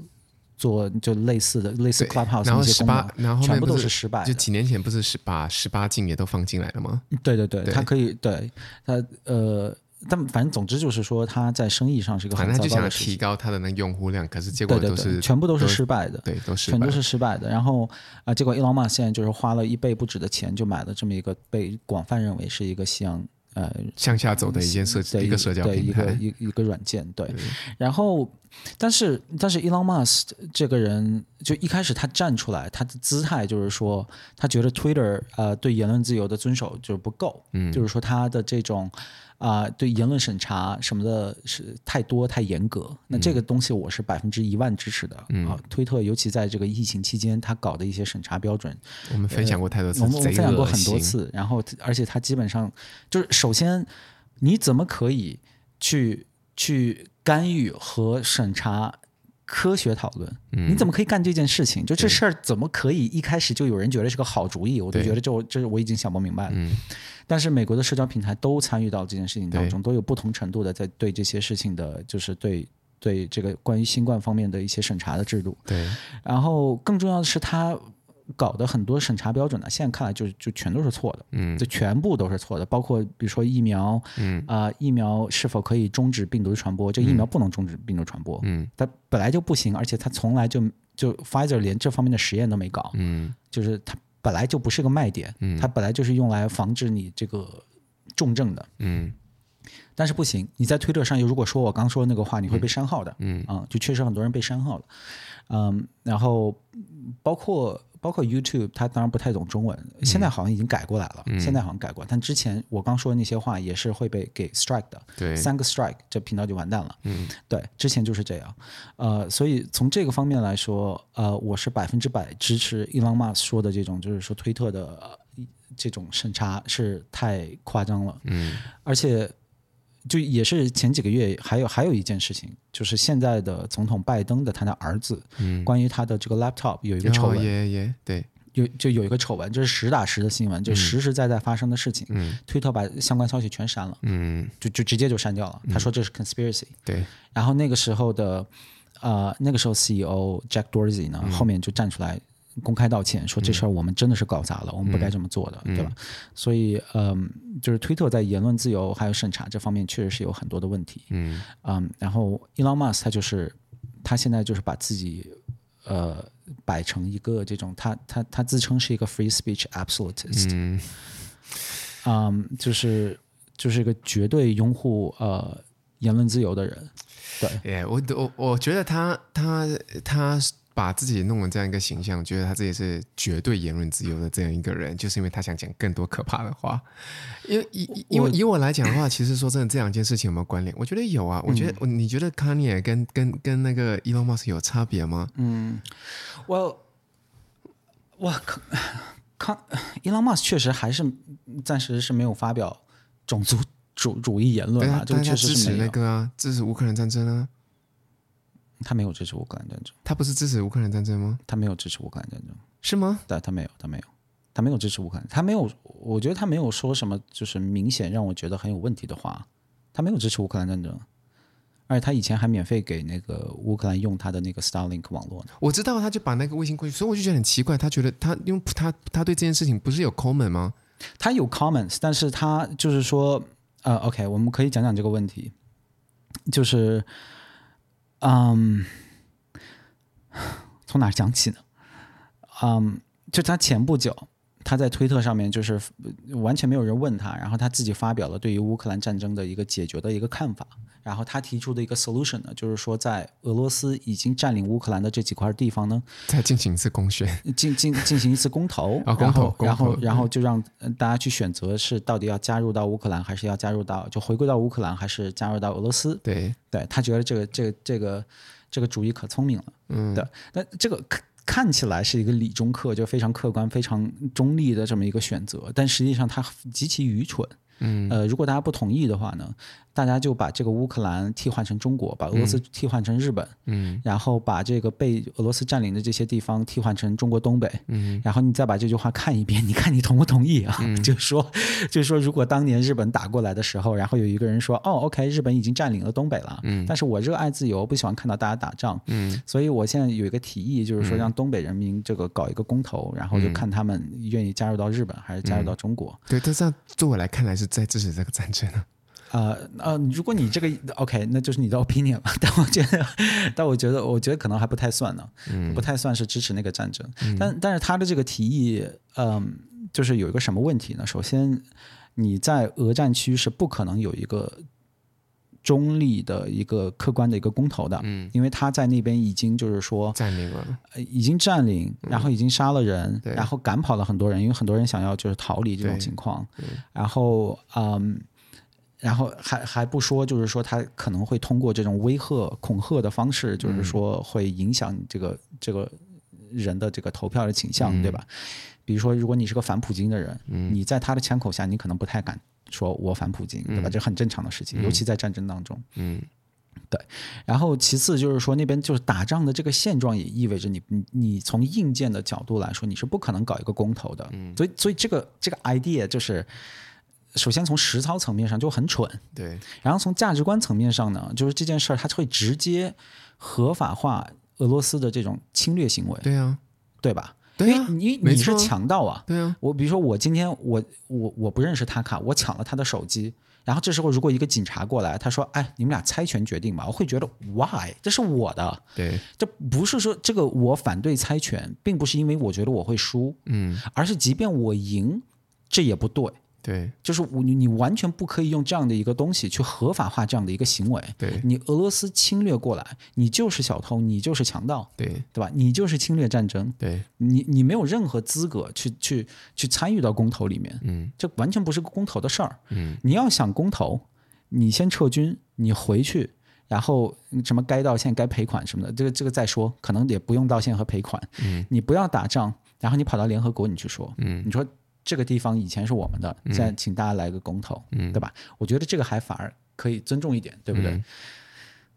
S2: 做就类似的类似
S1: 对
S2: Clubhouse
S1: 然后
S2: 那些
S1: 十
S2: 功
S1: 八
S2: 能，，
S1: 然后后
S2: 全
S1: 面
S2: 部
S1: 不
S2: 都是失败
S1: 就
S2: 的。
S1: 几年前不是十把十八禁也都放进来了吗？
S2: 对对对，
S1: 对
S2: 它可以对它呃，但反正总之就是说，它在生意上是一个
S1: 反
S2: 很
S1: 正
S2: 糟
S1: 他就
S2: 糕
S1: 想
S2: 的事
S1: 提
S2: 情。
S1: 高他的那个用户量，可是结
S2: 对
S1: 果
S2: 对
S1: 都
S2: 对，
S1: 是
S2: 全部都是失败的。
S1: 对都失
S2: 全
S1: 败
S2: 都
S1: 了，
S2: 是失败的。然后啊、结果伊朗马现在就是花了一倍不止的钱，就买了这么一个被广泛认为是一个西洋呃
S1: 向下走的一件社
S2: 的
S1: 一个社交
S2: 嗯对
S1: 平
S2: 一个
S1: 台，
S2: 一一个软件对。然后，但是但是 Elon Musk 这个人，就一开始他站出来，他的姿态就是说，他觉得 Twitter 呃对言论自由的遵守就是不够，嗯，就是说他的这种。啊、对言论审查什么的是太多太严格，那
S1: 嗯
S2: 这个东西我是百分之一万支持的、啊。推特尤其在这个疫情期间，他搞的一些审查标准，
S1: 我们分享过太多次，
S2: 我呃们我
S1: 贼
S2: 们分享过
S1: 恶
S2: 很多
S1: 心，
S2: 次，然后而且他基本上就是首先，你怎么可以去去干预和审查科学讨论？
S1: 嗯
S2: 你怎么可以干这件事情？就这事儿怎么可以一开始就有人觉得是个好主意？我就
S1: 对嗯
S2: 觉得这我这我已经想不明白了。但是美国的社交平台都参与到这件事情当中，都有不同程度的在对这些事情的，就是对对这个关于新冠方面的一些审查的制度。
S1: 对
S2: 然后更重要的是，他搞的很多审查标准呢，现在看来就就全都是错的，嗯，就全部都是错的，包括比如说疫苗，嗯啊、疫苗是否可以终止病毒传播？这个疫苗不能终止病毒传播，
S1: 嗯，
S2: 它本来就不行，而且它从来就就 Pfizer 连这方面的实验都没搞，
S1: 嗯
S2: 就是它本来就不是个卖点，嗯，它本来就是用来防治你这个重症的，
S1: 嗯
S2: 但是不行，你在推特上如果说我刚说那个话，你会被删号的。
S1: 嗯
S2: 啊、就确实很多人被删号了。嗯，然后嗯包括包括 YouTube，它当然不太懂中文，
S1: 嗯
S2: 现在好像已经改过来了。现在好像改过来，但之前我刚说的那些话也是会被给 strike 的。
S1: 对
S2: 三个 strike，这频道就完蛋了。嗯，对，之前就是这样。呃，所以从这个方面来说，呃，我是百分之百支持 Elon Musk 说的这种，就是说推特的、呃这种审查是太夸张了。嗯，而且就也是前几个月，还有还有一件事情，就是现在的总统拜登的他的儿子，嗯、哦关于他的这个 laptop 有一个
S1: 然
S2: 丑
S1: 后
S2: 闻，
S1: 也也哦对，
S2: 有就有一个丑闻，这是实打实的新闻，就实实在在发生的事情。嗯，推特把相关消息全删了，
S1: 嗯
S2: 就就直接就删掉了。他说这是 conspiracy，、
S1: 对，
S2: 然后那个时候的，呃，那个时候 CEO Jack Dorsey
S1: 嗯
S2: 呢，后面就站出来公开道歉，说这事儿我们真的是搞砸了，我们
S1: 嗯
S2: 不该这么做的，对吧？所以，嗯，就是推特在言论自由还有审查这方面确实是有很多的问题，
S1: 嗯
S2: 嗯，然后 Elon Musk 他就是他现在就是把自己。呃，摆成一个这种，他他他自称是一个 free speech absolutist，
S1: 嗯
S2: 嗯，就是就是一个绝对拥护呃言论自由的人，对，
S1: 耶我我我觉得他他他把自己弄成这样一个形象，觉得他自己是绝对言论自由的这样一个人，就是因为他想讲更多可怕的话。因为以因为以我来讲的话，其实说真的，这两件事情有没有关联？我觉得有啊。我觉得、
S2: 嗯
S1: 你觉得 Kanye 跟跟跟那个 Elon Musk 有差别吗？
S2: 我我康康伊朗马斯确实还是暂时是没有发表种族主主义言论
S1: 对
S2: 啊
S1: 啊，，
S2: 这
S1: 但
S2: 个
S1: 是他
S2: 确实
S1: 支
S2: 是
S1: 持
S2: 没有。
S1: 那个啊，支持乌克兰战争啊。
S2: 他没有支持乌克兰战争，
S1: 他不是支持乌克兰战争吗？
S2: 他没有支持乌克兰战争，
S1: 是吗？
S2: 对，他没有，他没有，他没有支持乌克兰，他没有，我觉得他没有说什么就是明显让我觉得很有问题的话，他没有支持乌克兰战争。而且他以前还免费给那个乌克兰用他的那个 Starlink 网络呢。
S1: 我知道，他就把那个卫星过去，所以我就觉得很奇怪，他觉得他因为他他对这件事情不是有 comment 吗？
S2: 他有 comments，但是他就是说，呃，OK，我们可以讲讲这个问题，就是，嗯，从哪儿讲起呢？嗯，就他前不久，他在推特上面就是呃完全没有人问他，然后他自己发表了对于乌克兰战争的一个解决的一个看法。然后他提出的一个 solution 呢，就是说在俄罗斯已经占领乌克兰的这几块地方呢，
S1: 再进行一次公选，
S2: *laughs* 进进进行一次公投，
S1: 啊
S2: 然
S1: 公投
S2: 后
S1: 公
S2: 然后
S1: 投嗯
S2: 然后就让呃大家去选择是到底要加入到乌克兰，还是要加入到就回归到乌克兰，还是加入到俄罗斯？
S1: *laughs* 对，
S2: 对他觉得这个这个这个这个主意可聪明了，嗯，对，那这个看看起来是一个理中客，就非常客观、非常中立的这么一个选择，但实际上它极其愚蠢。嗯，呃，如果大家不同意的话呢，大家就把这个乌克兰替换成中国，把俄罗斯替换成日本，
S1: 嗯，
S2: 然后把这个被俄罗斯占领的这些地方替换成中国东北，嗯，然后你再把这句话看一遍， *laughs* 你看你同不同意啊？ *laughs* 就是说，就是说，如果当年日本打过来的时候，然后有一个人说，哦，OK，日本已经占领了东北了，嗯，但是我热爱自由，不喜欢看到大家打仗，嗯，所以我现在有一个提议，就是说让东北人民这个搞一个公投，然后就看他们愿意加入到日本还是加入到中国。
S1: 对，但这样对我来看来是在支持这个战争啊。
S2: 呃呃，如果你这个 OK，那就是你的 opinion 了。 *laughs* 但我觉得，但我觉得，我觉得可能还不太算呢，不太算是支持那个战争。但但是他的这个提议，嗯、就是有一个什么问题呢？首先，你在俄战区是不可能有一个中立的一个客观的一个公投的，嗯，因为他在那边已经就是说，
S1: 占领了，
S2: 呃已经占领，然后已经杀了人，
S1: 嗯对
S2: 然后赶跑了很多人，因为很多人想要就是逃离这种
S1: 对
S2: 情况，然后嗯。然后还还不说，就是说他可能会通过这种威吓、恐吓的方式，
S1: 嗯
S2: 就是说会影响你这个这个人的这个投票的倾
S1: 嗯
S2: 向，对吧？比如说，如果你是个反普京的人，你在他的枪口下，你可能不太敢说我反普京，对吧？这很正常的事情，尤其在战争当中。
S1: 嗯，
S2: 然后其次就是说，那边就是打仗的这个现状也意味着你你你从硬件的角度来说，你是不可能搞一个公投的。嗯，所以所以这个这个 idea 就是，首先从实操层面上就很蠢，
S1: 对，
S2: 然后从价值观层面上呢，就是这件事儿它会直接合法化俄罗斯的这种侵略行为，
S1: 对啊，
S2: 对吧？
S1: 对啊，
S2: 因为你
S1: 没
S2: 你是
S1: 错啊
S2: 强盗啊，
S1: 对啊，
S2: 我比如说，我今天我我我不认识他卡，我抢了他的手机。然后这时候，如果一个警察过来，他说：“哎，你们俩猜拳决定吧。”我会觉得，why？这是我的，
S1: 对，
S2: 这不是说这个我反对猜拳，并不是因为我觉得我会输，
S1: 嗯，
S2: 而是即便我赢，这也不对。
S1: 对，
S2: 就是我你你完全不可以用这样的一个东西去合法化这样的一个行为。
S1: 对，
S2: 你俄罗斯侵略过来，你就是小偷，你就是强盗，
S1: 对，
S2: 对吧？你就是侵略战争，
S1: 对，
S2: 你你没有任何资格去去去参与到公投里面，
S1: 嗯，
S2: 这完全不是个公投的事儿，
S1: 嗯，
S2: 你要想公投，你先撤军，你回去，然后什么该道歉、该赔款什么的，这个这个再说，可能也不用道歉和赔款，嗯，你不要打仗，然后你跑到联合国你去说，嗯，你说这个地方以前是我们的，现在请大家来个公投，嗯，对吧？我觉得这个还反而可以尊重一点，对不对？
S1: 嗯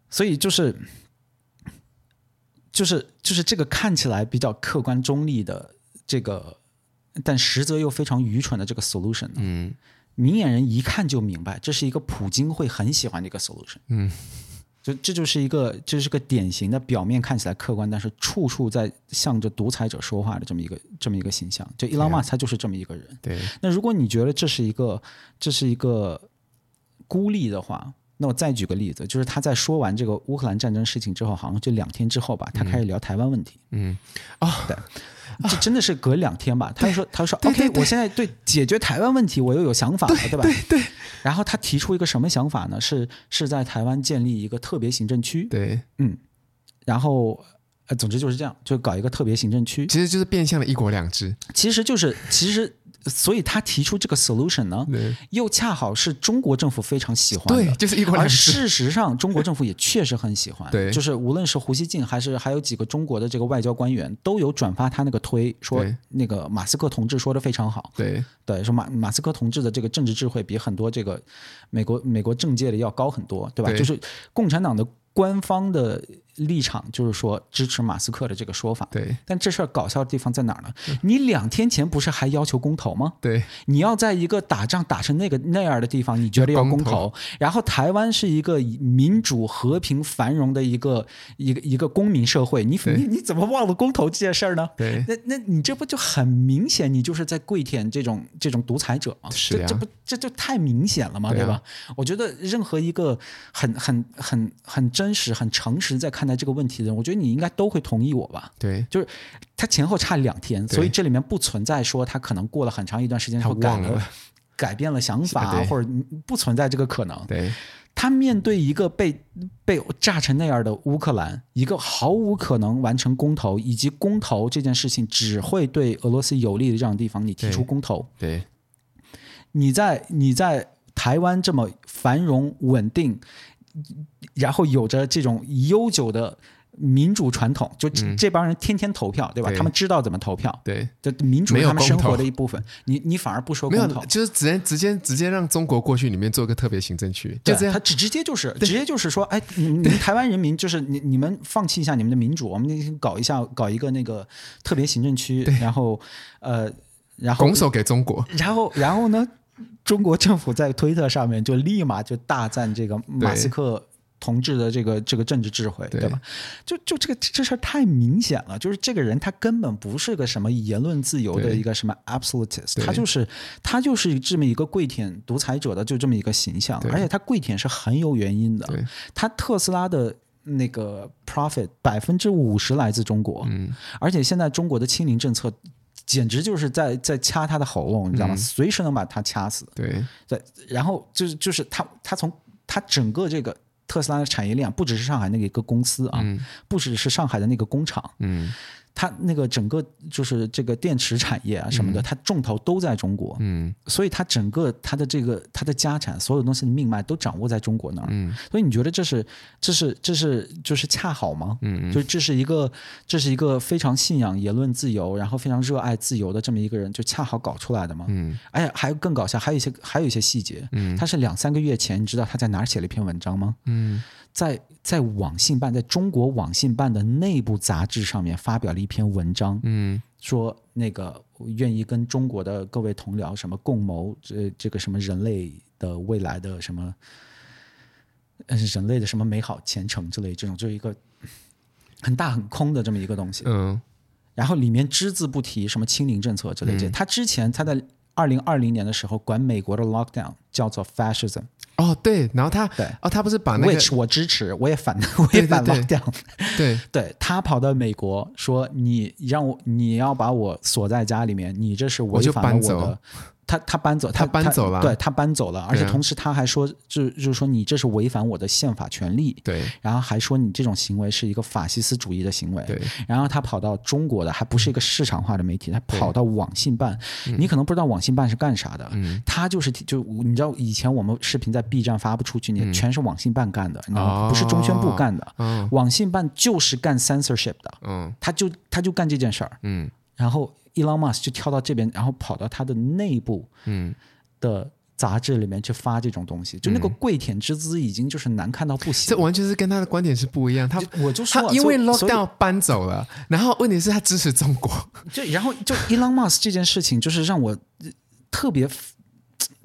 S2: 所以就是就是就是这个看起来比较客观中立的这个，但实则又非常愚蠢的这个 solution，呢
S1: 嗯，
S2: 明眼人一看就明白，这是一个普京会很喜欢的一个 solution。
S1: 嗯，
S2: 就这就是一个这是个典型的表面看起来客观，但是处处在向着独裁者说话的这么一个这么一个形象。就伊朗马斯他就是这么一个人。
S1: 对，
S2: 那如果你觉得这是一个这是一个孤立的话，那我再举个例子，就是他在说完这个乌克兰战争事情之后，好像就两天之后吧，他开始聊台湾问题。
S1: 嗯，
S2: 这真的是隔两天吧？他就说，他就说
S1: 啊对对
S2: ，OK，我现在对解决台湾问题我又有想法了，对吧？对对。然后他提出一个什么想法呢？是是在台湾建立一个特别行政区，
S1: 对，
S2: 然后。呃，总之就是这样，就搞一个特别行政区，
S1: 其实就是变相的一国两制，
S2: 其实就是其实，所以他提出这个 solution 呢，
S1: 对，
S2: 又恰好是中国政府非常喜欢的，
S1: 对，就是一国两
S2: 而
S1: 制，
S2: 事实上，中国政府也确实很喜欢，
S1: 对
S2: 就是无论是胡锡进还是还有几个中国的这个外交官员，都有转发他那个推，说
S1: 对
S2: 那个马斯克同志说的非常好，
S1: 对，
S2: 对，说马马斯克同志的这个政治智慧比很多这个美国美国政界的要高很多，对吧？
S1: 对
S2: 就是共产党的官方的立场就是说支持马斯克的这个说
S1: *laughs*
S2: 法。
S1: 对，
S2: 但这事儿搞笑的地方在哪儿呢？
S1: 嗯
S2: 你两天前不是还要求公投吗？
S1: 对，
S2: 你要在一个打仗打成那个那样的地方，你觉得要公
S1: 公投
S2: 投？然后台湾是一个以民主、和平、繁荣的一个一个一个公民社会，你你你怎么忘了公投这件事儿呢？
S1: 对，
S2: 那那你这不就很明显，你就是在跪舔这种这种独裁者吗？
S1: 是
S2: 这
S1: 呀
S2: 这不这就太明显了嘛，
S1: 对啊
S2: 吧？我觉得任何一个很很很很真实、很诚实在看待这个问题的人，我觉得你应该都会同意我吧。
S1: 对，
S2: 就是他前后差两天，
S1: 对
S2: 所以这里面不存在说他可能过了很长一段时间
S1: 他
S2: 后改
S1: 忘了
S2: 改变了想
S1: 啊
S2: 法，
S1: 对
S2: 或者不存在这个可能。
S1: 对，
S2: 他面对一个被被炸成那样的乌克兰，一个毫无可能完成公投，以及公投这件事情只会对俄罗斯有利的这样的地方，你提出
S1: 对
S2: 公投，
S1: 对，
S2: 你在你在台湾这么繁荣稳定，然后有着这种悠久的民主传统，就这,、这帮人天天投票，对吧？
S1: 嗯对
S2: 他们知道怎么投票，
S1: 对，
S2: 这民主
S1: 没
S2: 是
S1: 有
S2: 他们生
S1: 公投
S2: 活的一部分。你你反而不说
S1: 没有
S2: 公投，，
S1: 就是直接直接直接让中国过去里面做个特别行政区，
S2: 对
S1: 就这样
S2: 他。直直接就是直接就是说，哎，你们台湾人民就是 *laughs* 你你们放弃一下你们的民主，我们那天搞一下搞一个那个特别行政区，然后呃，然后
S1: 拱手给中国，
S2: 然后然后呢，中国政府在推特上面就立马就大赞这个马斯克。同志的这个这个政治智慧，对
S1: 对
S2: 吧？就就这个这事儿太明显了，就是这个人他根本不是个什么言论自由的
S1: 对
S2: 一个什么 absolutist，
S1: 对
S2: 他就是他就是这么一个跪舔独裁者的就这么一个形象，
S1: 对
S2: 而且他跪舔是很有原因的
S1: 对。
S2: 他特斯拉的那个 profit 百分之五十来自中国，
S1: 嗯，
S2: 而且现在中国的清零政策简直就是在在掐他的喉咙，你知道
S1: 嗯
S2: 吗？随时能把他掐死。
S1: 对
S2: 对，然后就是就是他他从他整个这个特斯拉的产业链，不只是上海那个一个公司啊，不只是上海的那个工厂，
S1: 嗯
S2: 它那个整个就是这个电池产业啊什么的，它重头都在中国，
S1: 嗯
S2: 所以它整个它的这个它的家产，所有东西的命脉都掌握在中国那儿。
S1: 嗯
S2: 所以你觉得这是这是这是就是恰好吗？
S1: 嗯
S2: 就这是一个这是一个非常信仰言论自由，然后非常热爱自由的这么一个人，就恰好搞出来的吗？
S1: 嗯
S2: 哎呀，还有更搞笑，还有一些还有一些细节，
S1: 嗯
S2: 他是两三个月前，你知道他在哪儿写了一篇文章吗？
S1: 嗯，
S2: 在在网信办，在中国网信办的内部杂志上面发表了一篇文章，
S1: 嗯
S2: 说那个愿意跟中国的各位同僚什么共谋这这个什么人类的未来的什么，呃人类的什么美好前程之类这种，就是一个很大很空的这么一个东西。
S1: 嗯
S2: 然后里面只字不提什么清零政策之类
S1: 嗯
S2: 这，他之前他在二零二零年的时候管美国的 lockdown 叫做 fascism，
S1: 哦对，然后他
S2: 对
S1: 哦他不是把那个
S2: which 我支持，我也反， *laughs* 我
S1: 对
S2: 也反
S1: 对
S2: lockdown。
S1: 对
S2: 对他跑到美国说：“你让我，你要把我锁在家里面，你这是违反了
S1: 我
S2: 我
S1: 就搬
S2: 的。”他他搬走，
S1: 他搬走了
S2: 对他搬走了，而且
S1: 对啊
S2: 同时他还说，就就是说你这是违反我的宪法权利，
S1: 对
S2: 然后还说你这种行为是一个法西斯主义的行为，
S1: 对
S2: 然后他跑到中国的，还不是一个市场化的媒体，他跑到网信办，你可能不知道网信办是干啥的，
S1: 嗯
S2: 他就是就你知道以前我们视频在 B 站发不出去，你全是网信办干的，你知道吗？
S1: 哦
S2: 不是中宣部干的，
S1: 嗯
S2: 网信办就是干 censorship 的，
S1: 嗯
S2: 他就他就干这件事儿，
S1: 嗯
S2: 然后 Elon Musk 就跳到这边，然后跑到他的内部
S1: 嗯
S2: 的。杂志里面去发这种东西，就那个跪舔之姿已经就是难看到不行
S1: 这
S2: 了。
S1: 完全是跟他的观点是不一样，他
S2: 就我就说
S1: 他
S2: 啊
S1: 因为
S2: 所以所以
S1: lockdown 搬走了，然后问题是他支持中国，
S2: 就然后就 Elon Musk 这件事情，就是让我呃特别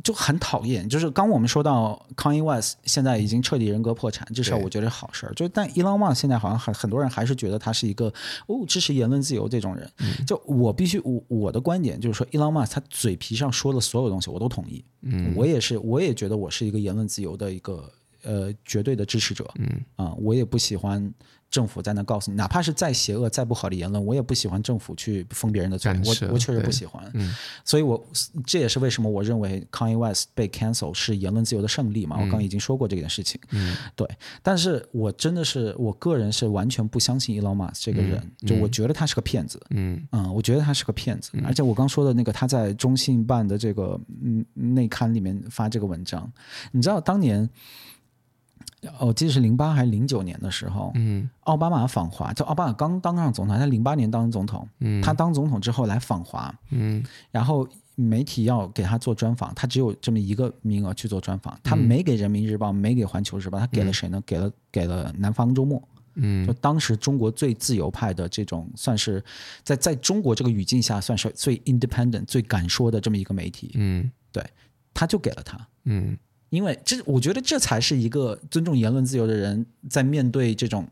S2: 就很讨厌。就是刚我们说到 Kanye West 现在已经彻底人格破产，这事儿
S1: 对
S2: 我觉得是好事儿。就但 Elon Musk 现在好像很很多人还是觉得他是一个哦支持言论自由这种人。
S1: 嗯
S2: 就我必须我我的观点就是说，Elon Musk 他嘴皮上说的所有东西我都同意，
S1: 嗯
S2: 我也是我也觉得我是一个言论自由的一个。呃，绝对的支持者，嗯啊、我也不喜欢政府在那告诉你，哪怕是再邪恶、再不好的言论，我也不喜欢政府去封别人的嘴
S1: 干，
S2: 我
S1: 涉
S2: 我确实不
S1: 对嗯
S2: 喜欢。所以我这也是为什么我认为 Kanye West 被 cancel 是言论自由的胜利嘛，
S1: 嗯
S2: 我刚已经说过这件事情。对，但是我真的是我个人是完全不相信 Elon Musk 这个人，就我觉得他是个骗子。
S1: 嗯
S2: 嗯，我觉得他是个骗子，而且我刚说的那个他在中信办的这个嗯内刊里面发这个文章，你知道当年，哦我记得是零八还是零九年的时候，
S1: 嗯
S2: 奥巴马访华，就奥巴马刚当上总统，他零八年当总统，
S1: 嗯
S2: 他当总统之后来访华，
S1: 嗯
S2: 然后媒体要给他做专访，他只有这么一个名额去做专
S1: 嗯
S2: 访，他没给人民日报，没给环球日报，他给了谁呢？给了给了南方周末，
S1: 嗯
S2: 就当时中国最自由派的这种，算是在在中国这个语境下，算是最 independent、最敢说的这么一个媒体，
S1: 嗯
S2: 他就给了他。
S1: 嗯
S2: 因为这，我觉得这才是一个尊重言论自由的人，在面对这种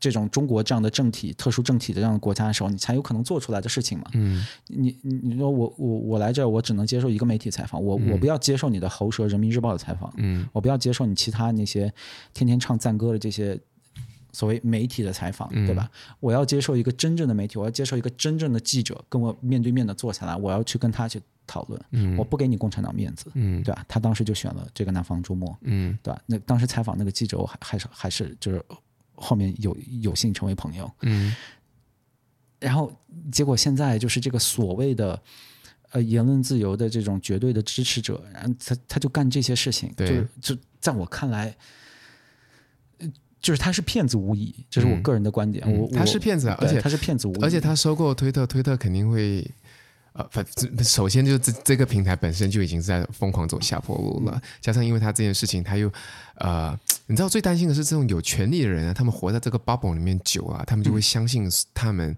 S2: 这种中国这样的政体、特殊政体的这样的国家的时候，你才有可能做出来的事情嘛。
S1: 嗯，
S2: 你你你说我我我来这儿，我只能接受一个媒体采访，我、我不要接受你的喉舌《人民日报》的采访，
S1: 嗯，
S2: 我不要接受你其他那些天天唱赞歌的这些所谓媒体的采访，
S1: 嗯
S2: 对吧？我要接受一个真正的媒体，我要接受一个真正的记者跟我面对面的坐下来，我要去跟他去讨论。我不给你共产党面子，
S1: 嗯
S2: 对吧？他当时就选了这个南方周末，
S1: 嗯
S2: 对吧？那当时采访那个记者，我还还是还是就是后面有有幸成为朋友，
S1: 嗯
S2: 然后结果现在就是这个所谓的呃言论自由的这种绝对的支持者，然后他他就干这些事情，
S1: 对
S2: 就就在我看来，呃就是他是骗子无疑，这是我个人的观点。我
S1: 嗯，他是
S2: 我
S1: 骗子啊，而
S2: 对
S1: 且
S2: 他是骗子无疑，
S1: 而且他收购推特，推特肯定会，呃，反首先就这这个平台本身就已经是在疯狂走下坡路了，加上因为他这件事情，他又，呃，你知道最担心的是这种有权利的人啊，他们活在这个 bubble 里面久了，他们就会相信他们。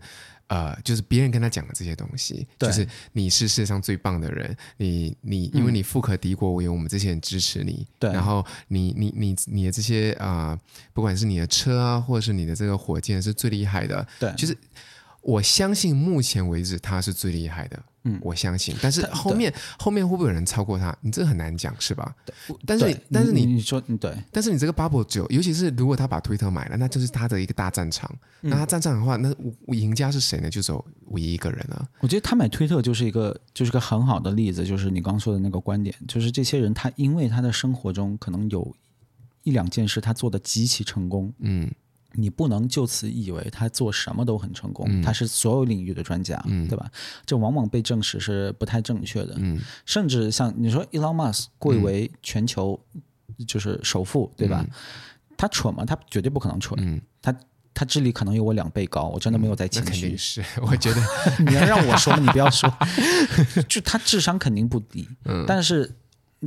S1: 呃，就是别人跟他讲的这些东西，
S2: 对
S1: 就是你是世界上最棒的人，你你因为你富可敌国，我有我们这些人支持你，
S2: 对
S1: 然后你你你你的这些啊、呃不管是你的车啊，或者是你的这个火箭是最厉害的，
S2: 对
S1: 就是我相信目前为止他是最厉害的，嗯，我相信。但是后面后面会不会有人超过他？你这很难讲，是吧？但是
S2: 对
S1: 你但是
S2: 你
S1: 你
S2: 你说嗯对
S1: 但是你这个 bubble 只有，尤其是如果他把推特买了，那就是他的一个大战场。那他战场的话，那我我赢家是谁呢？就只有唯一一个人啊了。
S2: 我觉得他买推特就是一个就是个很好的例子，就是你刚说的那个观点，就是这些人他因为他的生活中可能有一两件事他做的极其成功，
S1: 嗯
S2: 你不能就此以为他做什么都很成功，
S1: 嗯
S2: 他是所有领域的专家，对吧？这往往被证实是不太正确的。
S1: 嗯
S2: 甚至像你说 Elon Musk 贵为全球就是首富，对吧？他蠢吗？他绝对不可能蠢，
S1: 嗯，
S2: 他他智力可能有我两倍高，我真的没有在
S1: 那
S2: 谦
S1: 肯
S2: 虚
S1: 定。是，我觉 *laughs* 得
S2: 你要让我说吗？你不
S1: *laughs*
S2: 要说，就他智商肯定不低，
S1: 嗯
S2: 但是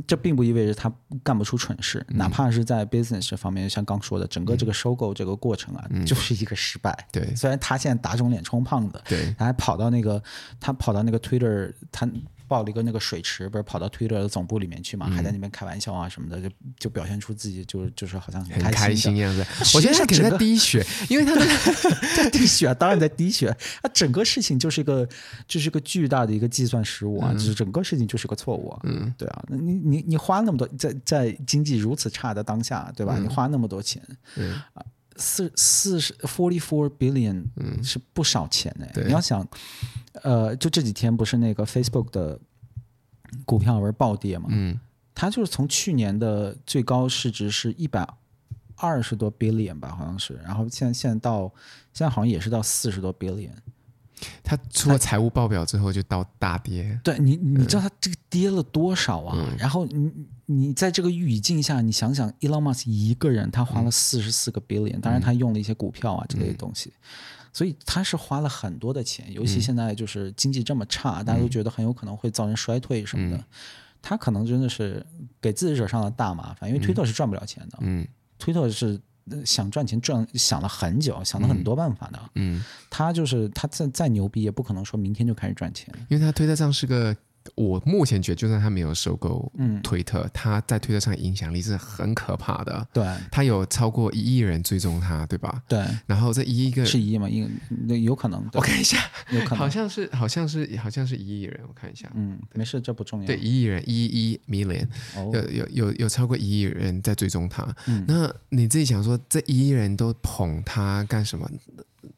S2: 这并不意味着他干不出蠢事，
S1: 嗯
S2: 哪怕是在 business 这方面，像刚说的，整个这个收购这个过程啊，就是一个失败。
S1: 嗯对
S2: 虽然他现在打肿脸充胖子，
S1: 对
S2: 他还跑到那个他跑到那个 Twitter，他报了一个那个水池，不是跑到 Twitter 的总部里面去嘛，
S1: 嗯
S2: 还在那边开玩笑啊什么的，就就表现出自己就是就是好像很
S1: 很开心
S2: 心
S1: 的
S2: 的。
S1: 样子。*laughs*
S2: 实
S1: 我觉得
S2: 际
S1: 他
S2: 上
S1: 可
S2: 整
S1: 能在
S2: 个
S1: 滴 *laughs* 血，因为他
S2: *laughs*
S1: 的
S2: 在滴血啊，当然在滴血啊。它整个事情就是一个，就是一个巨大的一个计算失误啊，
S1: 嗯
S2: 就是整个事情就是个错误啊。嗯，对啊，那你你你花那么多，在在经济如此差的当下，对吧？你花那么多钱，
S1: 嗯
S2: 啊，四四十 forty four billion，嗯，是不少钱哎、
S1: 对
S2: 你要想，呃，就这几天不是那个 Facebook 的股票不是暴跌嘛？
S1: 嗯
S2: 它就是从去年的最高市值是一百二十多 billion 吧，好像是，然后现在现在到现在好像也是到四十多 billion。
S1: 他出了财务报表之后就到大跌。
S2: 对你，
S1: 嗯
S2: 你知道它这个跌了多少啊？然后你你在这个语境下，你想想，Elon Musk 一个人他
S1: 嗯
S2: 花了四十四个 billion，、当然他用了一些股票啊之类的东西。
S1: 嗯
S2: 所以他是花了很多的钱，尤其现在就是经济这么差，大家都觉得很有可能会造成衰退什么
S1: 嗯
S2: 的。他可能真的是给自己惹上了大麻烦，因为推特是赚不了钱的，
S1: 嗯
S2: 推特是呃想赚钱赚想了很久，想了很多办法的。
S1: 嗯，
S2: 他就是他再再牛逼，也不可能说明天就开始赚钱。
S1: 因为他推特上是个，我目前觉得就算他没有收购
S2: 嗯
S1: 推特，他在推特上影响力是很可怕的。
S2: 对
S1: 他有超过一亿人追踪他，对吧？
S2: 对，
S1: 然后这一亿个，
S2: 是一亿嘛？一那有可能，
S1: 我
S2: 对
S1: 看一下，
S2: 有可
S1: 好
S2: 能。
S1: 像是好像是好像是一亿人，我看一下，
S2: 嗯，没事，这不重要。
S1: 对，，一亿人，一一 million，
S2: 哦，嗯
S1: 有有有有超过一亿人在追踪他。那你自己想说，这一亿人都捧他干什么？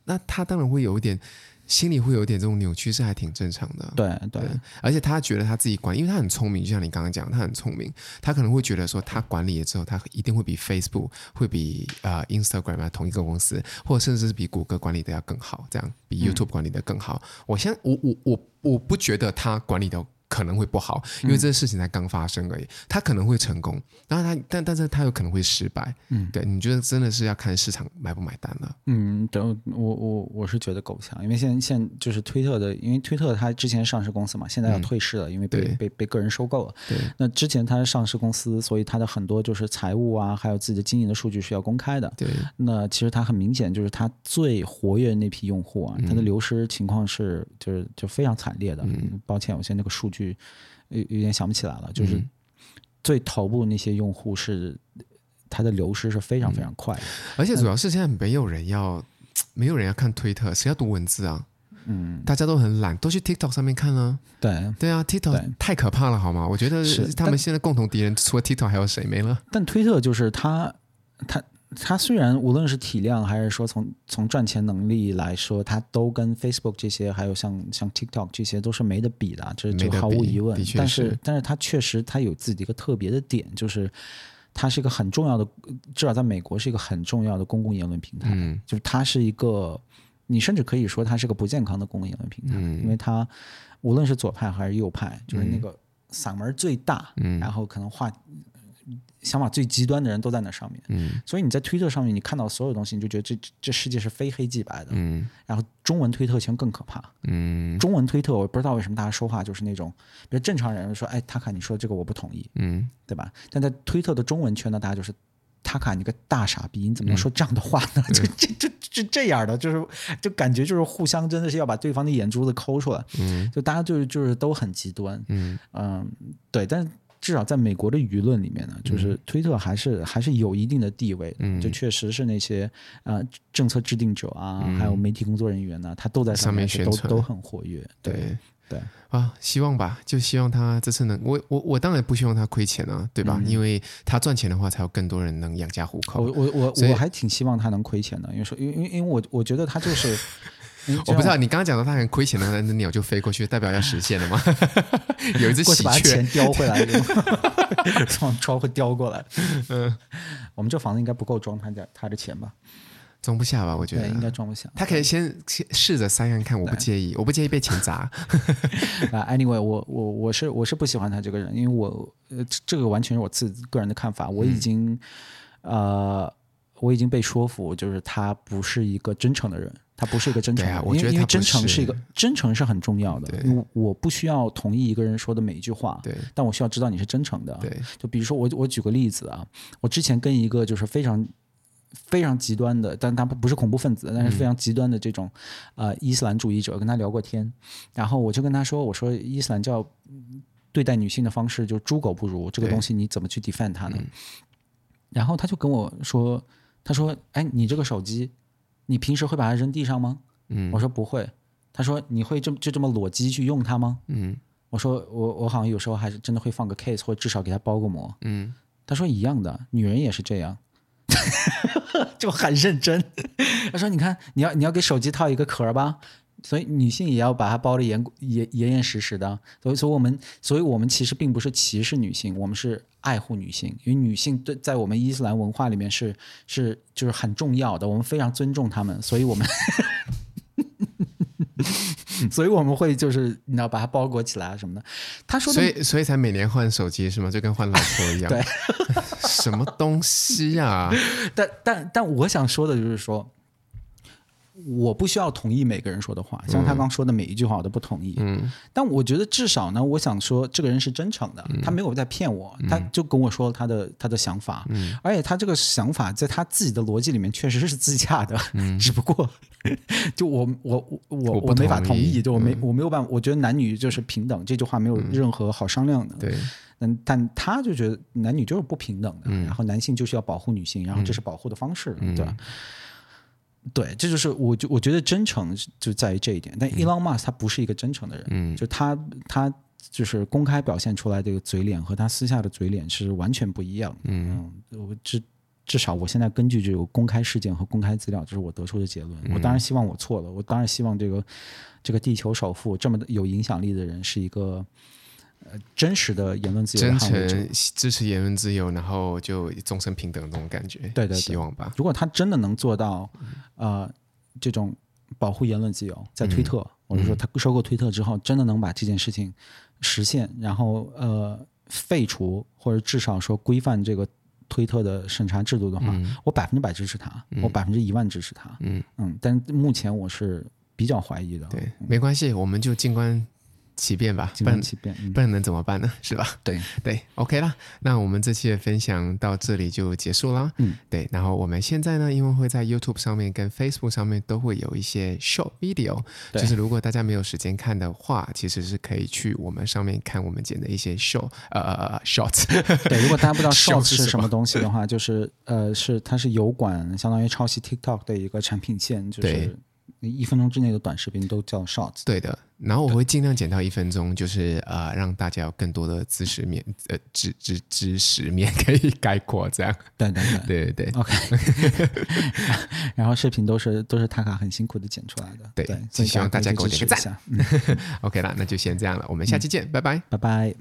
S1: 那他当然会有一点心里会有一点这种扭曲，是还挺正常的。
S2: 对对
S1: 对，而且他觉得他自己管，因为他很聪明，就像你刚刚讲，他很聪明，他可能会觉得说，他管理了之后，他一定会比 Facebook 会比呃 Instagram 啊同一个公司，或者甚至是比谷歌管理的要更好，这样比 YouTube 管理的更好。我相我我我我不觉得他管理的。可能会不好，因为这个事情才刚发生而已。他可能会成功，然后他但但是他有可能会失败。嗯，对，你觉得真的是要看市场买不买单了。
S2: 嗯，等我我我是觉得够呛，因为现在现在就是推特的，因为推特它之前上市公司嘛，现在要退市了，因为被
S1: 对
S2: 被被个人收购了。
S1: 对，
S2: 那之前它是上市公司，所以它的很多就是财务啊，还有自己的经营的数据是要公开的。
S1: 对，
S2: 那其实它很明显就是它最活跃的那批用户啊，它的流失情况是就是就非常惨烈的。嗯抱歉，我现在那个数据有有点想不起来了，就是最头部那些用户是它的流失是非常非常快的。
S1: 而
S2: 嗯
S1: 且主要是现在没有人要，没有人要看推特，谁要读文字啊？嗯，大家都很懒，都去 TikTok 上面看啊。
S2: 对，
S1: 对啊，TikTok
S2: 对
S1: 太可怕了，好吗？我觉得
S2: 是
S1: 他们现在共同敌人除了 TikTok 还有谁没了？
S2: 但推特就是它它它虽然无论是体量还是说从从赚钱能力来说，它都跟 Facebook 这些，还有像像 TikTok 这些都是没得比的，啊这
S1: 没
S2: 这
S1: 得
S2: 毫无
S1: 比
S2: 疑问
S1: 的。确
S2: 但
S1: 是
S2: 但是它确实它有自己的一个特别的点，就是它是一个很重要的，至少在美国是一个很重要的公共言论平台，
S1: 嗯
S2: 就是它是一个，你甚至可以说它是个不健康的公共言论平台，
S1: 嗯
S2: 因为它无论是左派还是右派，就是那个嗓门儿最大，
S1: 嗯
S2: 然后可能话想法最极端的人都在那上面。
S1: 嗯
S2: 所以你在推特上面，你看到所有东西，你就觉得这这这世界是非黑即白的。
S1: 嗯
S2: 然后中文推特其实更可怕。
S1: 嗯
S2: 中文推特，我不知道为什么大家说话就是那种，比如正常人说，哎，塔卡，你说的这个我不同意，
S1: 嗯，
S2: 对吧？但在推特的中文圈呢，大家就是。塔卡，你个大傻逼，你怎么
S1: 嗯
S2: 能说这样的话呢？ *laughs* 就这这这这样的，就是就感觉就是互相真的是要把对方的眼珠子抠出来，
S1: 嗯
S2: 就大家就是就是都很极端，
S1: 嗯
S2: 嗯，对，但至少在美国的舆论里面呢，就是推特还是、还是有一定的地位的，
S1: 嗯
S2: 就确实是那些呃政策制定者啊，还有媒体工作人员呢、他都在
S1: 嗯上面
S2: 去
S1: 宣
S2: 都
S1: 传
S2: 都很活跃，
S1: 对。
S2: 对，
S1: 啊，希望吧，就希望他这次能，我我我当然不希望他亏钱啊，对吧？
S2: 嗯
S1: 因为他赚钱的话，才有更多人能养家糊口。
S2: 我我我
S1: 所以
S2: 我还挺希望他能亏钱的，因为说因为因为因为我我觉得
S1: *laughs*
S2: 他就是，因为
S1: 我不知
S2: 这
S1: 道
S2: 样
S1: 你刚刚讲到他很亏钱的，那那鸟就飞过去，代表要实现了吗？ *laughs* 有一只
S2: 过去
S1: 喜
S2: 把他
S1: 鹊
S2: 钱，叼
S1: *laughs*
S2: 回来， *laughs* 从窗户叼过来。嗯，我们这房子应该不够装他的他的钱吧？
S1: 装不下吧？我觉
S2: 对，应
S1: 得
S2: 该装不下。
S1: 他可以先先试着塞看看，我不介意，我不介意被钱
S2: *laughs*
S1: 砸。
S2: 啊，anyway，我我我是我是不喜欢他这个人，因为我呃，这这个完全是我自己个人的看法，我
S1: 嗯
S2: 已经、呃，我已经被说服，就是他不是一个真诚的人，他不是一个真诚的
S1: 对啊
S2: 人，因
S1: 我
S2: 为
S1: 觉得
S2: 因
S1: 他
S2: 为
S1: 不
S2: 真诚
S1: 是
S2: 一个真诚是很重要的，因为我不需要同意一个人说的每一句话，
S1: 对
S2: 但我需要知道你是真诚的，
S1: 对，
S2: 就比如说我我举个例子啊，我之前跟一个就是非常非常极端的，但他不不是恐怖分子，
S1: 嗯
S2: 但是非常极端的这种、呃伊斯兰主义者，跟他聊过天，然后我就跟他说，我说伊斯兰教嗯对待女性的方式就猪狗不如，这个
S1: 对嗯
S2: 东西你怎么去 defend 它呢？然后他就跟我说，他说，哎，你这个手机，你平时会把它扔地上吗？
S1: 嗯
S2: 我说不会。他说你会这么就这么裸机去用它吗？
S1: 嗯
S2: 我说我我好像有时候还是真的会放个 case，或者至少给它包个膜。
S1: 嗯，
S2: 他说一样的，女人也是这样， *laughs* 就很认真。他说你看，你要你要给手机套一个壳儿吧。所以女性也要把它包得严严严严实实的，所以，所以我们，所以我们其实并不是歧视女性，我们是爱护女性，因为女性对在我们伊斯兰文化里面是是就是很重要的，我们非常尊重她们，所以我们，所以我们会就是你要把它包裹起来啊什么的。他说的
S1: 所以所以才每年换手机是吗？就跟换老婆
S2: *laughs*
S1: 一样。
S2: 对，
S1: 什么东西啊呀、
S2: *laughs* 但但但我想说的就是说，我不需要同意每个人说的话，像
S1: 嗯
S2: 他刚说的每一句话我都不同意。嗯，但我觉得至少呢，我想说这个人是真诚的，
S1: 嗯
S2: 他没有在骗我，他就跟我说了他的他的想法，
S1: 嗯
S2: 而且他这个想法在他自己的逻辑里面确实是自洽的， *laughs* 只不过就我我我
S1: 嗯我
S2: 我
S1: 不
S2: 没法
S1: 同
S2: 同
S1: 意嗯
S2: 意，就我没、我没有办法，我觉得男女就是平等这句话没有任何好商量的。
S1: 对，
S2: 嗯，但他就觉得男女就是不平等的，
S1: 嗯
S2: 然后男性就是要保护女性，然后这是保护的方式，对吧？对，这就是我就我觉得真诚就在于这一点。但 Elon Musk 他不是一个真诚的人，
S1: 嗯
S2: 就他他就是公开表现出来的这个嘴脸和他私下的嘴脸是完全不一样的。嗯，我至至少我现在根据这个公开事件和公开资料，这是我得出的结论。我
S1: 嗯
S2: 当然希望我错了，我当然希望这个这个地球首富这么有影响力的人是一个。呃，真实的言论自由
S1: 真
S2: 的捍卫者。
S1: 诚支持言论自由，然后就终身平等这种感觉。
S2: 对对对
S1: 希望吧。
S2: 如果他真的能做到，
S1: 嗯
S2: 呃，这种保护言论自由，在推特，
S1: 嗯
S2: 我是说他收购推特之后，真的能把这件事情实现，然后呃废除或者至少说规范这个推特的审查制度的话，我百分之百支持他，我百分之一万支持他，
S1: 嗯
S2: 嗯，但目前我是比较怀疑的，
S1: 对，没关系，我们就静观其变吧，
S2: 嗯静
S1: 不然
S2: 观其变，嗯
S1: 不然能怎么办呢？是吧？
S2: 对，
S1: 对，OK 啦，那我们这期的分享到这里就结束啦。
S2: 嗯，
S1: 对，然后我们现在呢，因为会在 YouTube 上面跟 Facebook 上面都会有一些 short video，
S2: 对
S1: 就是如果大家没有时间看的话，其实是可以去我们上面看我们剪的一些 short 呃呃呃 short，
S2: 对，如果大家不知道
S1: Shorts
S2: Shorts
S1: 是
S2: 是
S1: 什
S2: 什么东西的话，就是呃，是它是油管相当于抄袭 TikTok 的一个产品线，就
S1: 对
S2: 是一分钟之内的短视频都叫 shorts。
S1: *laughs* 对的，然后我会尽量减到一分钟，就是呃，让大家有更多的知识面，呃，知知知识面 *laughs* 可以概括这样。
S2: 对对对
S1: 对对对，
S2: OK，然后视频都是都是塔卡很辛苦的剪出来的，
S1: 对
S2: 对，
S1: 希望
S2: 大
S1: 大家给我
S2: 支
S1: 点
S2: 持
S1: 个
S2: 一
S1: 赞
S2: 下，嗯
S1: OK 啦，那就先这样了，我们下期见，拜拜。
S2: 拜拜。